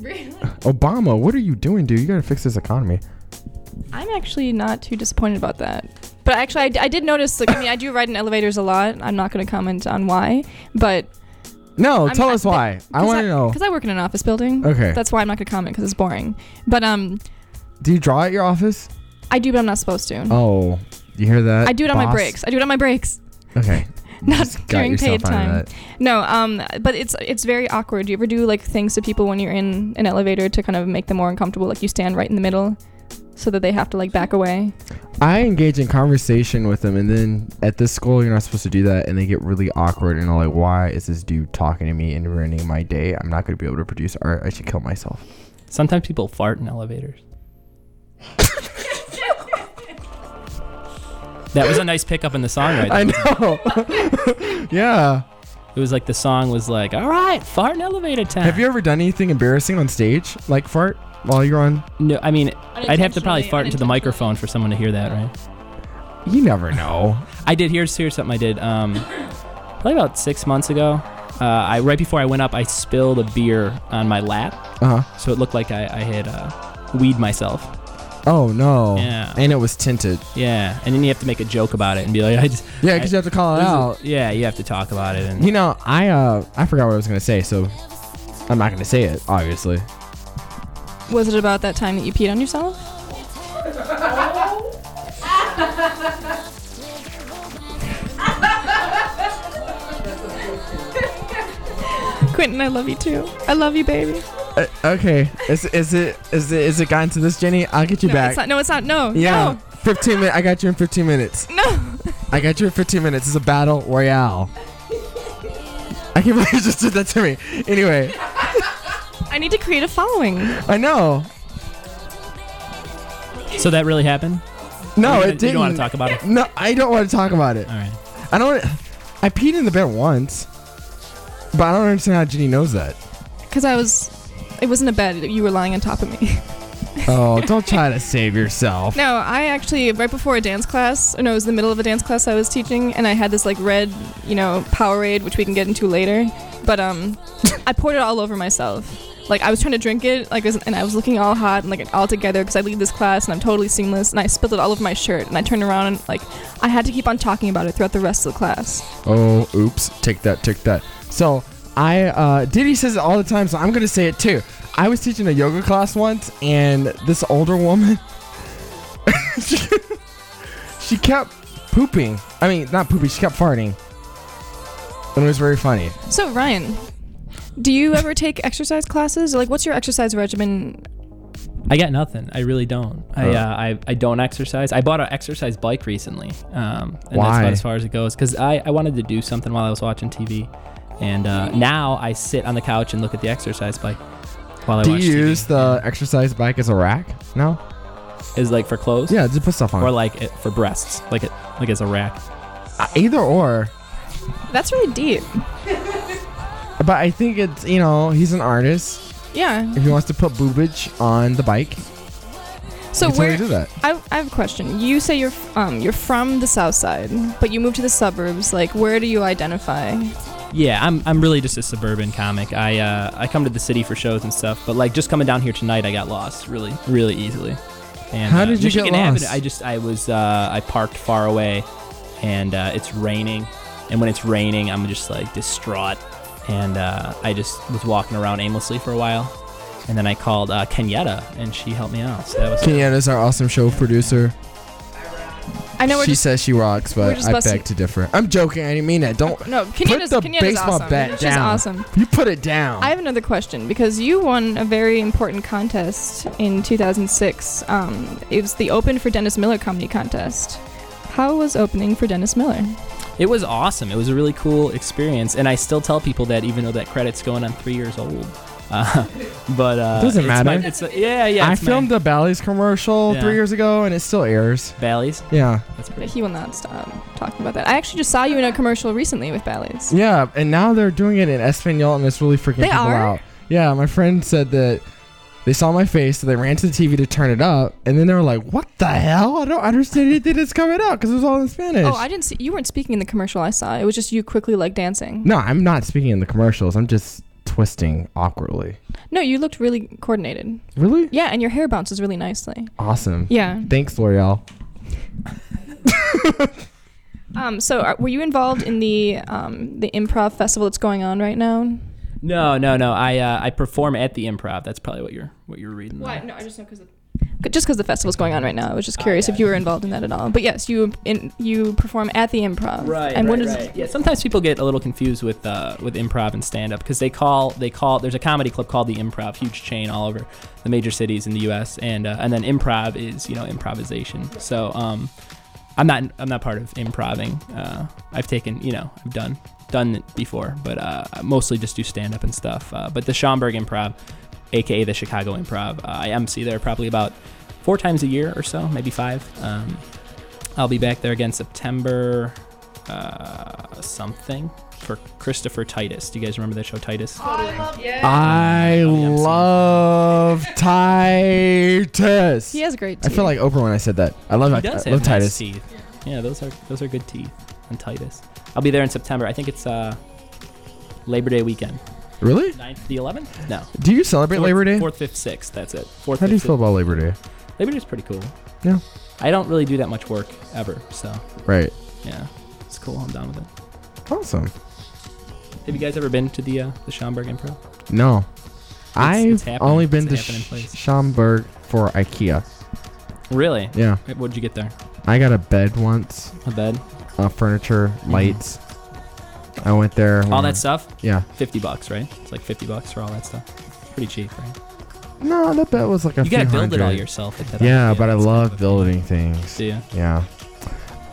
Really?
Obama, what are you doing, dude? You gotta fix this economy.
I'm actually not too disappointed about that. But actually, I, d- I did notice. Like, I mean, I do ride in elevators a lot. I'm not going to comment on why, but
No,
I'm-
tell
I-
us why. I want to know.
because I work in an office building.
Okay.
That's why I'm not going to comment because it's boring. But um,
Do you draw at your office?
I do, but I'm not supposed to.
Oh, you hear that?
I do it on my
boss?
breaks. I do it on my breaks.
Okay.
Not
Just got
during
yourself
paid
out of
time.
that.
No, um, but it's it's very awkward. Do you ever do like things to people when you're in an elevator to kind of make them more uncomfortable? Like you stand right in the middle, so that they have to like back away.
I engage in conversation with them, and then at this school, you're not supposed to do that, and they get really awkward and are like, "Why is this dude talking to me and ruining my day? I'm not gonna be able to produce art. I should kill myself."
Sometimes people fart in elevators. that was a nice pickup in the song right there.
I know. yeah.
It was like the song was like, all right, fart in elevator time.
Have you ever done anything embarrassing on stage, like fart, while you're on?
No, I mean, I'd have to
Unintentionally,
probably fart into the
unintentionally.
microphone for someone to hear that, right?
You never know.
I did. Here's here's something I did. Um, probably about six months ago. Uh, I right before I went up, I spilled a beer on my lap,
Uh huh.
so it looked like I, I had uh, weed myself.
Oh no.
Yeah.
And it was tinted.
Yeah, and then you have to make a joke about it and be like, I just
Yeah, because you have to call it out.
Yeah, you have to talk about it. And
You know, I uh, I forgot what I was gonna say, so I'm not gonna say it, obviously.
Was it about that time that you peed on yourself? Quentin, I love you too. I love you, baby.
Uh, okay, is is it is it is it gotten to this, Jenny? I'll get you
No,
back.
it's not. No, it's not. No.
yeah, 15 minutes. I got you in 15 minutes.
No. no.
I got you in 15 minutes. It's a battle royale. I can't believe you just did that to me. Anyway,
I need to create a following.
I know.
so that really happened.
No,
you,
it
didn't-
didn't.
You don't want to talk about it.
No, I don't want to talk about it.
All right.
I don't. wanna- I peed in the bed once, but I don't understand how Jenny knows that.
Because I was, it wasn't a bed. You were lying on top of me.
Oh, don't try to save yourself.
No, I actually right before a dance class, or no, it was the middle of a dance class I was teaching, and I had this like red, you know, Powerade, which we can get into later. But um, I poured it all over myself. Like I was trying to drink it, like, it was- and I was looking all hot and like all together because I lead this class and I'm totally seamless, and I spilled it all over my shirt. And I turned around and like I had to keep on talking about it throughout the rest of the class.
Oh, oops. Take that, take that. So I uh Diddy says it all the time, so I'm gonna say it too. I was teaching a yoga class once and this older woman she, she kept pooping. I mean not pooping, she kept farting. And it was very funny.
So Ryan, do you ever take exercise classes? Like, what's your exercise regimen?
I got nothing. I really don't. I, uh, I I don't exercise. I bought an exercise bike recently. Um, and that's
Why?
about as far as it goes. Because I, I wanted to do something while I was watching TV, and uh, now I sit on the couch and look at the exercise bike while I
Do
watch
you
TV.
use the exercise bike as a rack? No.
Is like for clothes.
Yeah, just put stuff on.
Or like it, for breasts, like it, like as a rack.
Uh, Either or.
That's really deep.
But I think it's you know he's an artist.
Yeah.
If he wants to put boobage on the bike,
So
he can
where
totally do that.
I, I have a question. You say you're f- um you're from the south side, but you moved to the suburbs. Like, where do you identify?
Yeah, I'm, I'm really just a suburban comic. I uh, I come to the city for shows and stuff, but like just coming down here tonight, I got lost really really easily. And,
How
uh,
did you get
Michigan Avenue,
lost?
I just I was uh, I parked far away, and uh, it's raining, and when it's raining, I'm just like distraught, and uh, I just was walking around aimlessly for a while, and then I called uh, Kenyatta, and she helped me out. So that was
Kenyatta's our awesome show producer.
I know we're
she
just
says she rocks,
we're
but
just
I
busting-
beg to differ. I'm joking. I didn't mean that. Don't
no. Kenyatta's,
put the
Kenyatta's
baseball
awesome.
bat
She's
down.
awesome.
You put it down.
I have another question because you won a very important contest in 2006. Um, it was the Open for Dennis Miller Comedy Contest. How was opening for Dennis Miller?
It was awesome. It was a really cool experience, and I still tell people that even though that credit's going on three years old. Uh, but uh,
Doesn't
it's
matter.
my- it's, yeah, yeah.
I
it's my
filmed the Bally's commercial
Yeah.
three years ago, and it still airs.
Bally's.
Yeah,
That's
But
pretty.
he will not stop talking about that. I actually just saw you in a commercial recently with Bally's.
yeah. And now they're doing it in Espanol, and it's really freaking
They
people
are?
out. Yeah, my friend said that they saw my face, so they ran to the TV to turn it up, and then they were like, "What the hell? I don't understand anything that's coming out because it was all in Spanish."
Oh, I didn't see. You weren't speaking in the commercial I saw. It was just you quickly like dancing.
no, I'm not speaking in the commercials. I'm just twisting awkwardly.
No, you looked really coordinated.
Really
Yeah, and your hair bounces really nicely.
awesome.
Yeah.
Thanks, L'Oreal.
Um. So, are, were you involved in the um the improv festival that's going on right now?
No, no, no. I uh, I perform at the improv. That's probably what you're what you're reading. there.
No, I just know because. Just because the festival's going on right now, I was just curious if you were involved in that at all. But yes, you in, you perform at the improv.
Right.
And
right,
when does
right. yeah? Sometimes people get a little confused with uh, with improv and stand up because they call they call there's a comedy club called the Improv, huge chain all over the major cities in the U.S. and uh, and then improv is you know improvisation. So um, I'm not I'm not part of improving. Uh, I've taken you know I've done done it before, but uh, I mostly just do stand up and stuff. Uh, but the Schaumburg Improv, aka the Chicago Improv, uh, I MC there probably about four times a year or so, maybe five. Um, I'll be back there again September uh, something for Christopher Titus. Do you guys remember that show, Titus? Oh,
I love Titus.
he has great.
I
teeth.
feel like Oprah when I said that. I love, I, I love
nice
Titus.
teeth. Yeah, those are those are good teeth and Titus. I'll be there in September. I think it's uh, Labor Day weekend,
Really?
9th to the 11th. No,
Do you celebrate Labor Day?
fourth, fifth, sixth. That's it. Fourth,
How do you
fifth,
feel
sixth.
about Labor Day?
Labor Day's pretty cool.
Yeah.
I don't really do that much work ever, so
Right.
yeah, it's cool. I'm done with it.
Awesome.
Have you guys ever been to the uh, the Schaumburg Improv?
No. I've
it's happening.
only been
It's a
to
happening
Sh-
place.
Schaumburg for IKEA.
Really?
Yeah.
What'd you get there?
I got a bed once,
A bed?
uh, furniture, lights. I went there.
Mm-hmm. All
when-
that stuff?
Yeah.
50 bucks, right? It's like 50 bucks for all that stuff. It's pretty cheap, right?
No, that bed was like a
you gotta
few
build it all
hundred.
yourself. At that
Yeah,
idea.
but I
It's kind
love
of a-
building things.
Do you?
Yeah.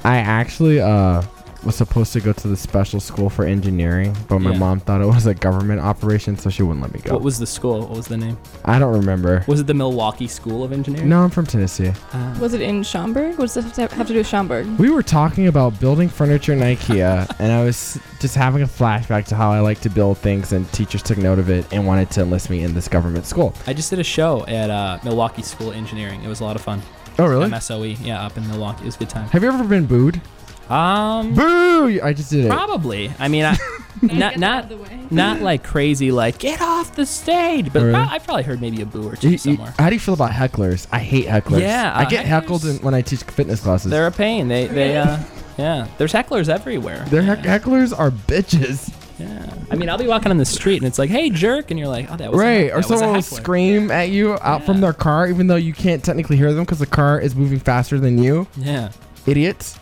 I actually uh was supposed to go to the special school for engineering, but my
Yeah.
mom thought it was a government operation, so she wouldn't let me go.
What was the school? What was the name?
I don't remember.
Was it the Milwaukee School of Engineering?
No, I'm from Tennessee.
Ah.
Was it in Schaumburg? What does this have have to do with Schaumburg?
We were talking about building furniture in IKEA, and I was just having a flashback to how I like to build things, and teachers took note of it and wanted to enlist me in this government school.
I just did a show at uh, Milwaukee School of Engineering. It was a lot of fun.
Oh, really?
MSOE, E. yeah, up in Milwaukee. It was a good time.
Have you ever been booed?
Um,
Boo! I just did it.
probably. I mean, I, not not not like crazy, like get off the stage. But
Really?
prob- I've probably heard maybe a boo or
You-
two
you-
somewhere.
how do you feel about hecklers? I hate hecklers.
Yeah,
I
uh,
get heckled
hecklers-
in, when I teach fitness classes.
They're a pain. They they uh, yeah. There's hecklers everywhere.
Their heck- hecklers are bitches.
Yeah. I mean, I'll be walking on the street and it's like, hey, jerk. And you're like, oh, that was a-
Right,
that
or
was a
someone will
heckler."
scream at you out from
Yeah.
their car, even though you can't technically hear them because the car is moving faster than you.
Yeah.
Idiots.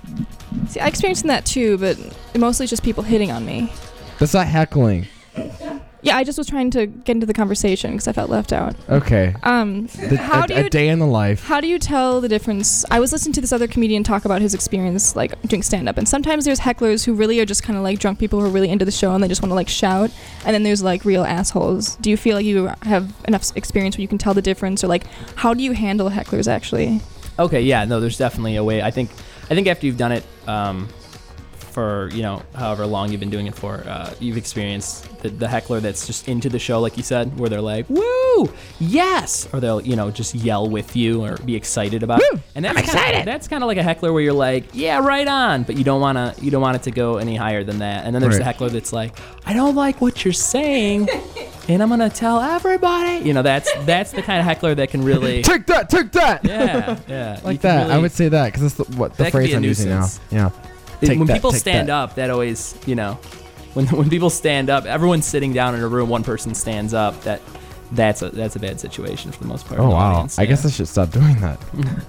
See, I experienced that too, but mostly just people hitting on me.
That's not heckling.
Yeah, I just was trying to get into the conversation because I felt left out.
Okay.
Um,
The-
how
a,
do
a
you
day in the life.
how do you tell the difference? I was listening to this other comedian talk about his experience like doing stand up, and sometimes there's hecklers who really are just kind of like drunk people who are really into the show and they just want to like shout, and then there's like real assholes. Do you feel like you have enough s- experience where you can tell the difference, or like how do you handle hecklers actually?
Okay, yeah, no, there's definitely a way. I think, I think after you've done it um, for you know however long you've been doing it for, uh, you've experienced the, the heckler that's just into the show, like you said, where they're like, "Woo, yes," or they'll you know just yell with you or be excited about it. And that's kinda, That's kind of like a heckler where you're like, "Yeah, right on," but you don't wanna you don't want it to go any higher than that. And then there's the
Right.
heckler that's like, "I don't like what you're saying." And I'm gonna tell everybody. You know, that's that's the kind of heckler that can really,
Take that! Take that!
yeah, yeah,
Like that. I would say that because that's the, what the
That could be
phrase
a
I'm using now.
nuisance.
Yeah.
It-
Take
when
that,
people
take
stand
that.
up, that always, you know, when when people stand up, everyone's sitting down in a room, one person stands up. That that's a that's a bad situation for the most part. in
Oh
the
wow!
audience,
I
yeah.
guess I should stop doing that.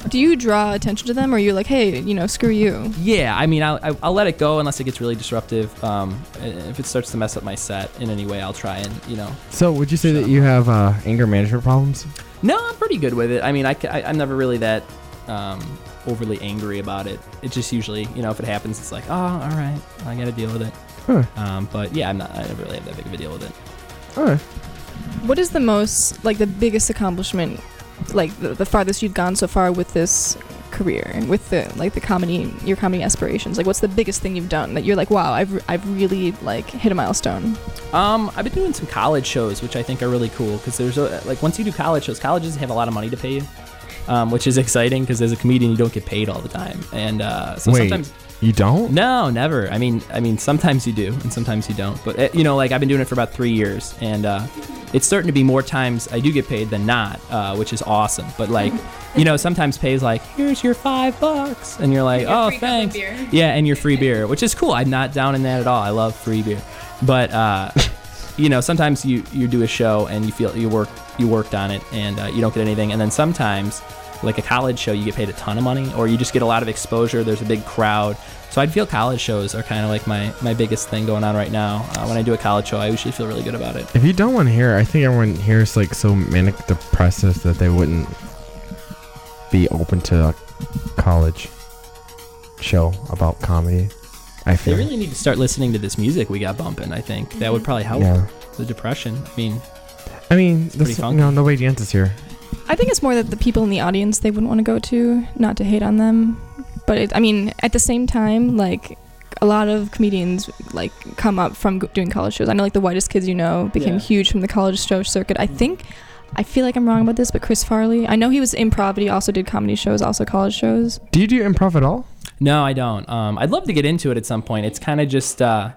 Do you draw attention to them, or are you like, hey, you know, screw you?
yeah. I mean, I'll, I'll let it go unless it gets really disruptive. Um, if it starts to mess up my set in any way, I'll try and you know
So would you say that you have uh, anger management problems?
No, I'm pretty good with it. I mean, I, am never really that um, overly angry about it. It just usually, you know, if it happens, it's like, oh, all right, I got to deal with it.
Huh.
Um, but yeah, I'm not. I never really have that big of a deal with it.
All right.
What is the most like the biggest accomplishment, like the, the farthest you've gone so far with this career and with the like the comedy your comedy aspirations? Like, what's the biggest thing you've done that you're like, wow, I've I've really like hit a milestone?
Um, I've been doing some college shows, which I think are really cool because there's a, like once you do college shows, colleges have a lot of money to pay you, um, which is exciting because as a comedian, you don't get paid all the time, and uh, so
Wait.
sometimes
You don't?
No, never. I mean, I mean, sometimes you do, and sometimes you don't. But uh, you know, like I've been doing it for about three years, and uh, it's starting to be more times I do get paid than not, uh, which is awesome. But like, you know, sometimes pay is like, here's your five bucks, and you're like, oh,
free cup of
thanks.
beer.
Yeah, and your free beer, which is cool. I'm not down in that at all. I love free beer, but uh, you know, sometimes you you do a show and you feel you work you worked on it and uh, you don't get anything, and then sometimes. Like a college show, you get paid a ton of money, or you just get a lot of exposure. There's a big crowd, so I'd feel college shows are kind of like my my biggest thing going on right now. Uh, when I do a college show, I usually feel really good about it.
If you don't want to hear, I think everyone here is like so manic depressive that they wouldn't be open to a college show about comedy. I
They
feel.
really need to start listening to this music we got bumping. I think that would probably help
Yeah.
the depression. I mean,
I mean,
pretty
this,
funky.
no, nobody dances here.
I think it's more that the people in the audience they wouldn't want to go to, not to hate on them, but it, I mean, at the same time, like a lot of comedians like come up from g- doing college shows. I know like the whitest kids you know became
Yeah.
huge from the college show circuit. I think I feel like I'm wrong about this, but Chris Farley, I know he was improv, but he also did comedy shows, also college shows.
Do you do improv at all?
No, I don't. Um, I'd love to get into it at some point. It's kind of just, uh,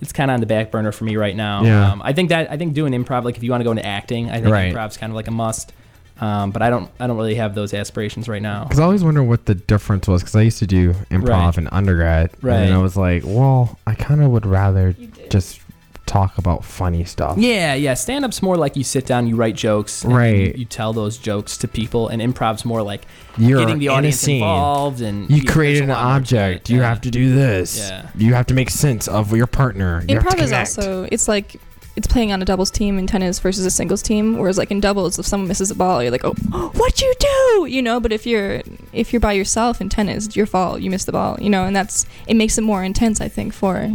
it's kind of on the back burner for me right now.
Yeah.
Um, I think that I think doing improv, like if you want to go into acting, I think
Right.
improv's kind of like a must. Um, but I don't, I don't really have those aspirations right now.
Because I always wonder what the difference was. Because I used to do improv
Right.
in undergrad,
Right.
and then I was like, well, I kind of would rather just talk about funny stuff.
Yeah, yeah. Stand up's more like you sit down, you write jokes, and
Right.
You, you tell those jokes to people, and improv's more like
You're
getting the
in a
audience
scene.
involved and
You
there's a
created an
lot more to it,
object. You
yeah.
have to do this.
Yeah.
You have to make sense of your partner. You have to
improv is
connect.
also it's like it's playing on a doubles team in tennis versus a singles team. Whereas like in doubles, if someone misses a ball, you're like, oh, what you do, you know. But if you're if you're by yourself in tennis, it's your fault. You missed the ball, you know. And that's it makes it more intense, I think, for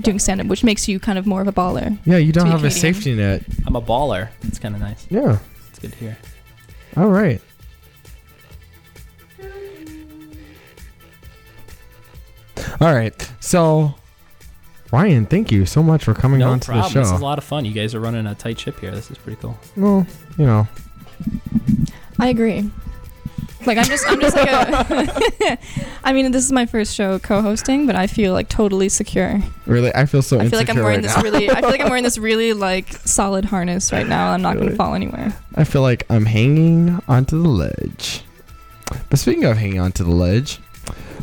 doing stand up, which makes you kind of more of a baller.
Yeah, you don't
to be
have a
comedian.
safety net.
I'm a baller. It's kind of nice.
Yeah.
It's good to hear.
All right. All right. So, Ryan, thank you so much for coming
No
on to
problem.
the
This is a
show.
lot of fun. You guys are running a tight ship here. This is pretty cool.
Well, you know,
I agree. Like I'm just I'm just like a. I mean, this is my first show co-hosting, but I feel like totally secure.
really, I feel so
I feel like I'm
insecure
wearing
right
this
now.
really. I feel like I'm wearing this really like solid harness right now. I'm not gonna
Really?
fall anywhere.
I feel like I'm hanging onto the ledge. But speaking of hanging onto the ledge,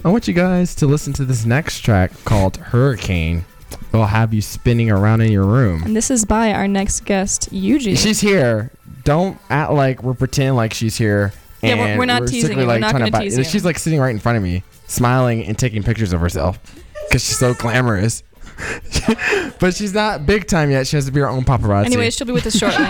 I want you guys to listen to this next track called Hurricane. It'll have you spinning around in your room.
And this is by our next guest, Eugene.
She's here. Don't act like we're pretending like she's here.
Yeah, we're-
and
we're not teasing
secretly,
you. We're not
trying to
gonna
buy-
tease you.
She's like sitting right in front of me, smiling and taking pictures of herself because she's so glamorous. but she's not big time yet. She has to be her own paparazzi.
Anyway, she'll be with us shortly.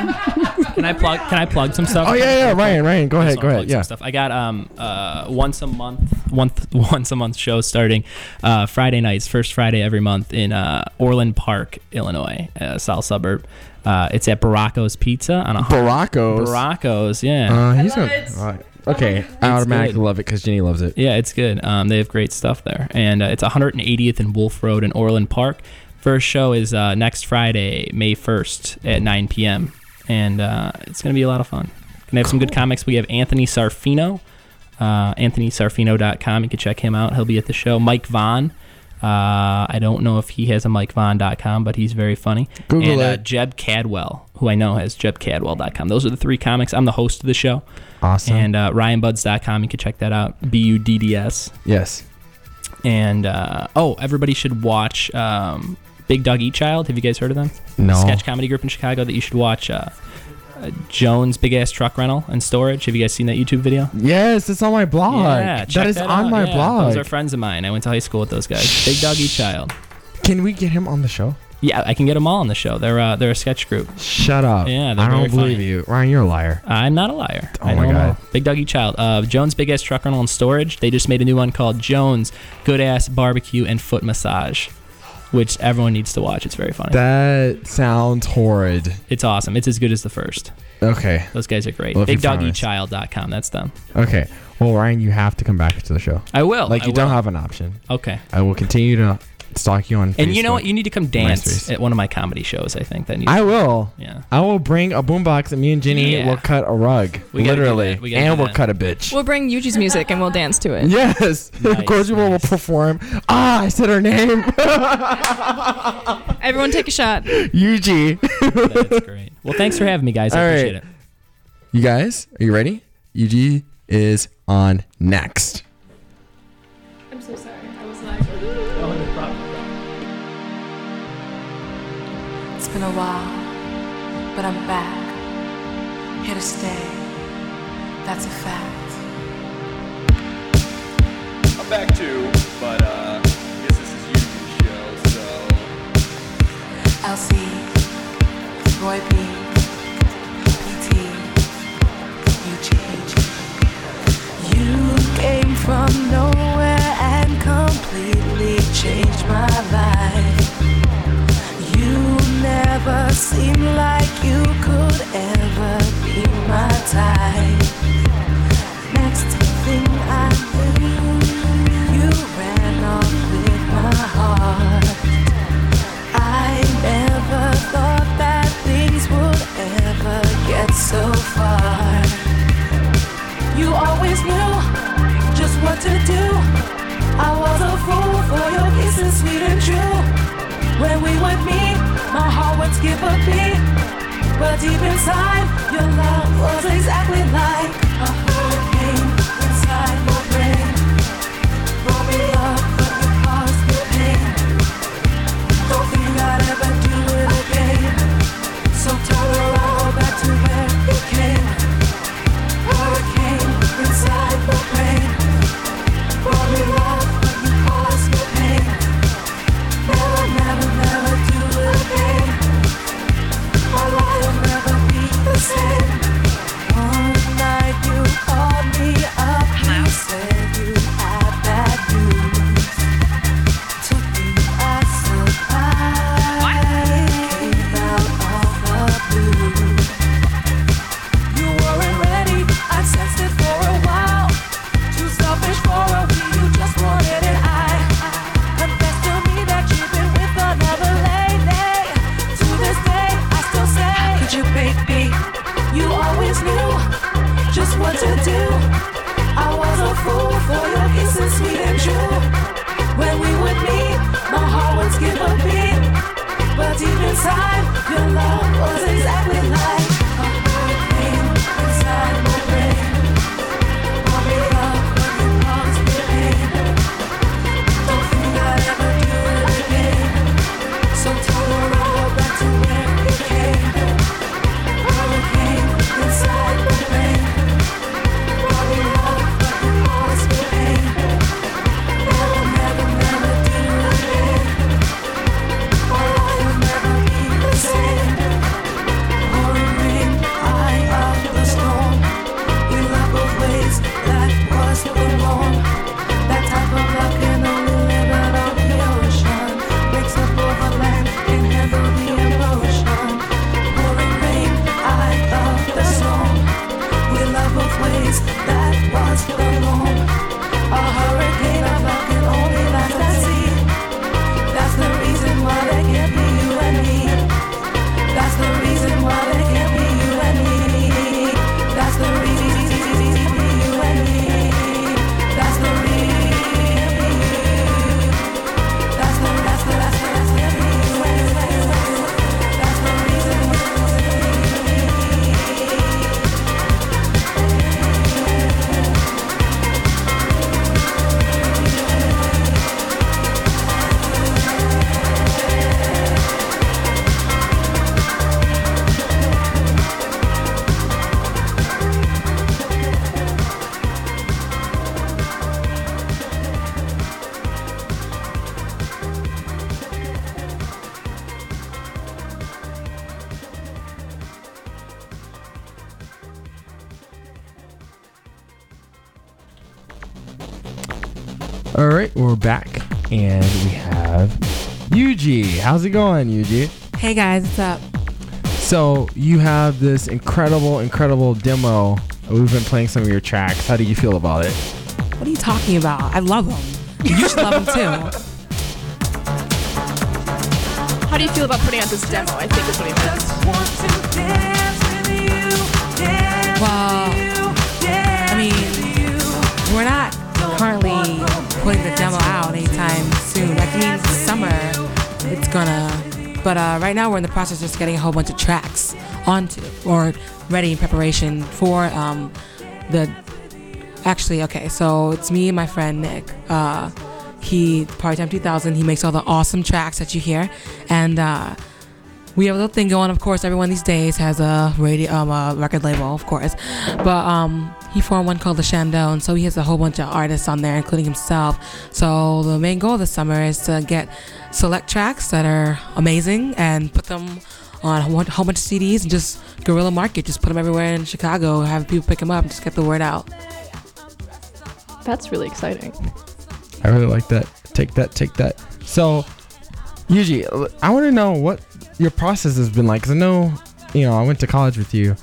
Can I plug? Can I plug some stuff?
oh yeah, yeah, Ryan, Ryan, go ahead,
Just
go
wanna
ahead.
plug some
Yeah.
Stuff. I got um uh once a month once once a month show starting uh Friday nights first Friday every month in uh Orland Park Illinois uh, south suburb uh it's at Baracco's Pizza on a
Baracos.
Baracco's yeah
Uh, he's gonna.
it.
all right. Okay, I automatically
good.
love it because Jenny loves it.
Yeah, it's good. Um, they have great stuff there, and uh, it's 180th and Wolf Road in Orland Park. First show is uh, next Friday, May 1st at 9 p.m., and uh, it's gonna be a lot of fun. And they have some good comics. We have Anthony Sarfino, uh, AnthonySarfino.com. You can check him out. He'll be at the show. Mike Vaughn. Uh, I don't know if he has a MikeVaughn.com, but he's very funny.
Google
and, Uh,
it.
Jeb Cadwell, who I know has JebCadwell.com. Those are the three comics. I'm the host of the show
Awesome.
and uh, ryanbuds.com you can check that out b-u-d-d-s
yes.
and uh, oh everybody should watch um, big dog eat child have you guys heard of them
No.
sketch comedy group in chicago that you should watch uh, uh, jones big ass truck rental and storage have you guys seen that youtube video
Yes, it's on my blog.
yeah check
that is on
out.
my
Yeah,
blog.
those are friends of mine i went to high school with those guys big dog eat child
Can we get him on the show?
yeah i can get them all on the show they're uh, they're a sketch group
Shut up.
Yeah, they're
I don't
very
believe
funny.
you, Ryan. You're a liar.
I'm not a liar.
Oh
I
my
don't
God.
know. Big Doggy Child. Uh, Jones Big Ass Truck Rental and Storage. They just made a new one called Jones Good Ass Barbecue and Foot Massage, which everyone needs to watch. It's very funny.
That sounds horrid.
it's awesome. It's as good as the first.
Okay,
Those guys are great.
Well, if you promise.
BigDoggyChild.com. That's them.
okay. Well, Ryan, you have to come back to the show.
I will.
Like
I
you don't
will.
have an option.
Okay.
I will continue to stalk you on.
And you know what? You need to come dance
MySpace.
at one of my comedy shows. I think that needs.
I will.
yeah.
I will bring a boombox, and me and Jenny
Yeah.
will cut a rug,
We gotta do
literally,
that. We gotta
and
do
we'll
that.
cut a bitch.
We'll bring Yuji's music and we'll dance to it.
Yes,
Nice,
Cordial will
nice.
perform. Ah, I said her name,
Everyone take a shot.
Yuji.
That's great. Well, thanks for having me, guys. I
All
appreciate
right.
it.
You guys, are you ready? Yuji is on next.
I'm so sorry. I was not actually.
It's been a while, but I'm back. Here to stay. That's a fact.
I'm back too, but uh, I guess this is Yuji's show, so
LC, Roy B, PT, UGH. You came from nowhere and completely changed my life. You never seemed like you could ever be my type. Next thing I knew, you ran off with my heart. I never thought that things would ever get so far. You always knew just what to do. I was a fool for your kisses, sweet and true. When we would meet, my heart would skip a beat. But deep inside, your love was exactly like a hurricane inside your brain. Roll me up, but you caused me pain. Don't think I'd ever do it again. So turn around back to where you came. Hurricane inside my brain. Brought me love, but you caused me pain. Never, never, never do it again. My life will never be the same. One night you called me up. You said you had bad news. Took me by surprise. Came out of the blue. You weren't ready. I sensed it for a while. Too selfish for a we. You just wanted it. I confessed to me that you've been with another lady. To this day, I still say, How could you, baby? You always knew just what to do. I was a fool for your kisses, sweet and true. When we would meet, my heart would skip a beat. But deep inside, your love was exactly like a hurricane inside my brain. Brought me love when you caused me pain. Don't think I'd ever do it again. So turn around back to where it came. Hurricane inside my brain. Brought me love when you caused me pain.
All right, we're back, and we have Yuji. How's it going, Yuji?
Hey guys, what's up?
So you have this incredible, incredible demo. We've been playing some of your tracks. How do you feel about it?
What are you talking about? I love them. You should love them too.
How do you feel about putting out this demo? I think is what he meant.
Well, I mean, we're not currently putting the demo out anytime soon. Like, I mean, it's summer, it's gonna. But uh, right now, we're in the process of just getting a whole bunch of tracks onto or ready in preparation for um, the. Actually, okay, so it's me and my friend Nick. Uh, he Party Time 2000. He makes all the awesome tracks that you hear, and. Uh, we have a little thing going. Of course, everyone these days has a radio, um, a record label, of course. But um, he formed one called the Shandone, so he has a whole bunch of artists on there, including himself. So the main goal this summer is to get select tracks that are amazing and put them on a whole- whole bunch of CDs and just guerrilla market, just put them everywhere in Chicago, have people pick them up, and just get the word out.
That's really exciting.
I really like that. Take that, take that. So, Yuji, l- I want to know what your process has been like. Cause I know, you know, I went to college with you,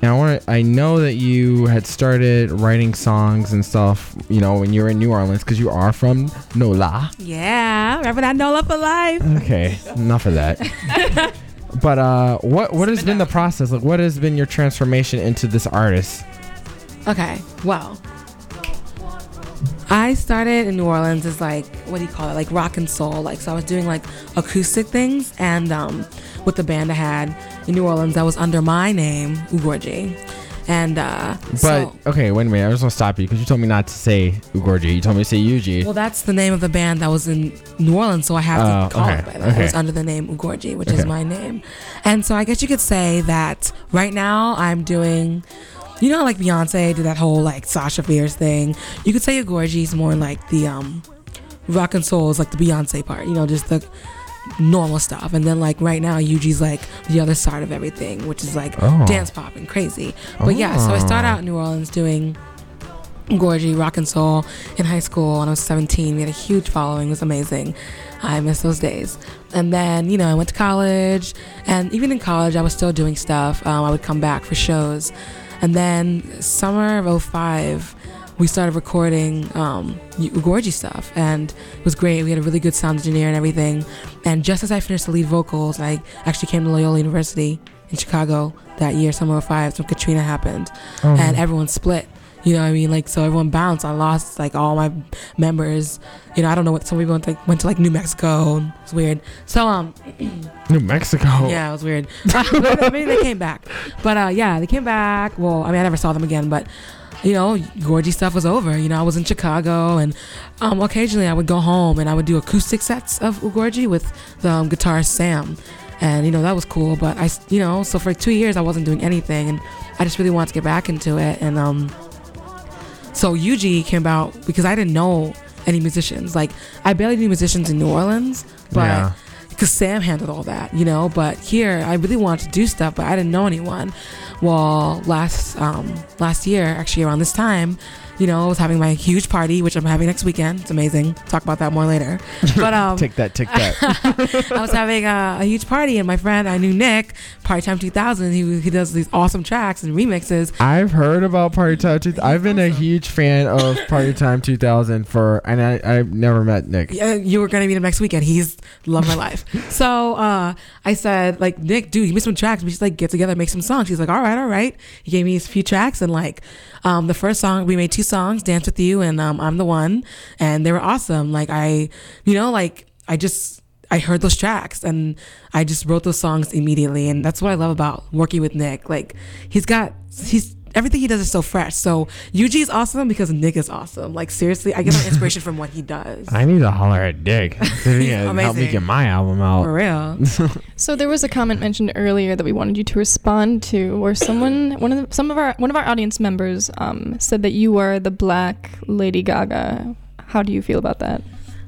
and I want to. I know that you had started writing songs and stuff. You know, when you were in New Orleans, because you are from NOLA.
Yeah, remember that Nola for life.
Okay, enough of that. but uh, what what has been the process? Like, what has been your transformation into this artist?
Okay. Well, I started in New Orleans as like what do you call it? Like rock and soul. Like so, I was doing like acoustic things, and um, with the band I had in New Orleans, that was under my name, Ugorji, and uh,
But
so,
okay, wait a minute. I just want to stop you because you told me not to say Ugorji. You told me to say Yuji.
well, that's the name of the band that was in New Orleans, so I have
Oh,
to call
okay,
it by that. It was
okay.
under the name Ugorji, which is
Okay.
my name, and so I guess you could say that right now I'm doing. You know, how, like Beyonce did that whole like Sasha Fierce thing. You could say Agorgi's more like the um rock and soul is like the Beyonce part. You know, just the normal stuff. And then like right now, Yuji's like the other side of everything, which is like
Oh.
dance pop and crazy. But yeah, so I
Ah.
started out in New Orleans doing. Gorgy, rock and soul in high school when I was 17. We had a huge following. It was amazing. I miss those days. And then, you know, I went to college. And even in college, I was still doing stuff. Um, I would come back for shows. And then summer of 05, we started recording um, Gorgy stuff. And it was great. We had a really good sound engineer and everything. And just as I finished the lead vocals, I actually came to Loyola University in Chicago that year, summer of 05, so Katrina happened.
Oh. Mm-hmm.
And everyone split. You know what I mean? Like, so everyone bounced. I lost, like, all my members. You know, I don't know what some people went, like, went to, like, New Mexico. and It's weird. So, um,
New Mexico.
yeah, it was weird. but I mean, they came back. But uh, yeah, they came back. Well, I mean, I never saw them again, but you know, gorgy stuff was over. You know, I was in Chicago, and um, occasionally I would go home and I would do acoustic sets of gorgy with the um, guitarist Sam, and you know that was cool. But I, s- you know, so for two years I wasn't doing anything, and I just really wanted to get back into it, and um. So Yuji came about because I didn't know any musicians. Like I barely knew musicians in New Orleans,
Yeah.
but because Sam handled all that, you know. But here, I really wanted to do stuff, but I didn't know anyone. Well, last um, last year, actually around this time, you know, I was having my huge party, which I'm having next weekend. It's amazing. Talk about that more later. But um,
Take that, take that.
I was having a, a huge party, and my friend I knew Nick, Party Time 2000. He he does these awesome tracks and remixes.
I've heard about Party Time 2000. I've been a huge fan of Party Time 2000 for, and I, I've never met Nick.
Yeah, you were gonna meet him next weekend. He's love my life. So uh, I said, like, Nick, dude, you made some tracks. We should like get together, make some songs. He's like, all right, all right. He gave me his few tracks, and like, um, the first song we made two songs, Dance with You and um, I'm the One, and they were awesome. Like I, you know, like I just. I heard those tracks and I just wrote those songs immediately. And that's what I love about working with Nick. Like, he's got, he's, everything he does is so fresh. So, Yuji is awesome because Nick is awesome. Like, seriously, I get my inspiration from what he does.
I need to holler at Nick. If he can help me
amazing.
get my album out.
Oh.
For real.
So there was a comment mentioned earlier that we wanted you to respond to, where someone, one of the, some of our one of our audience members, um, said that you were the Black Lady Gaga. How do you feel about that?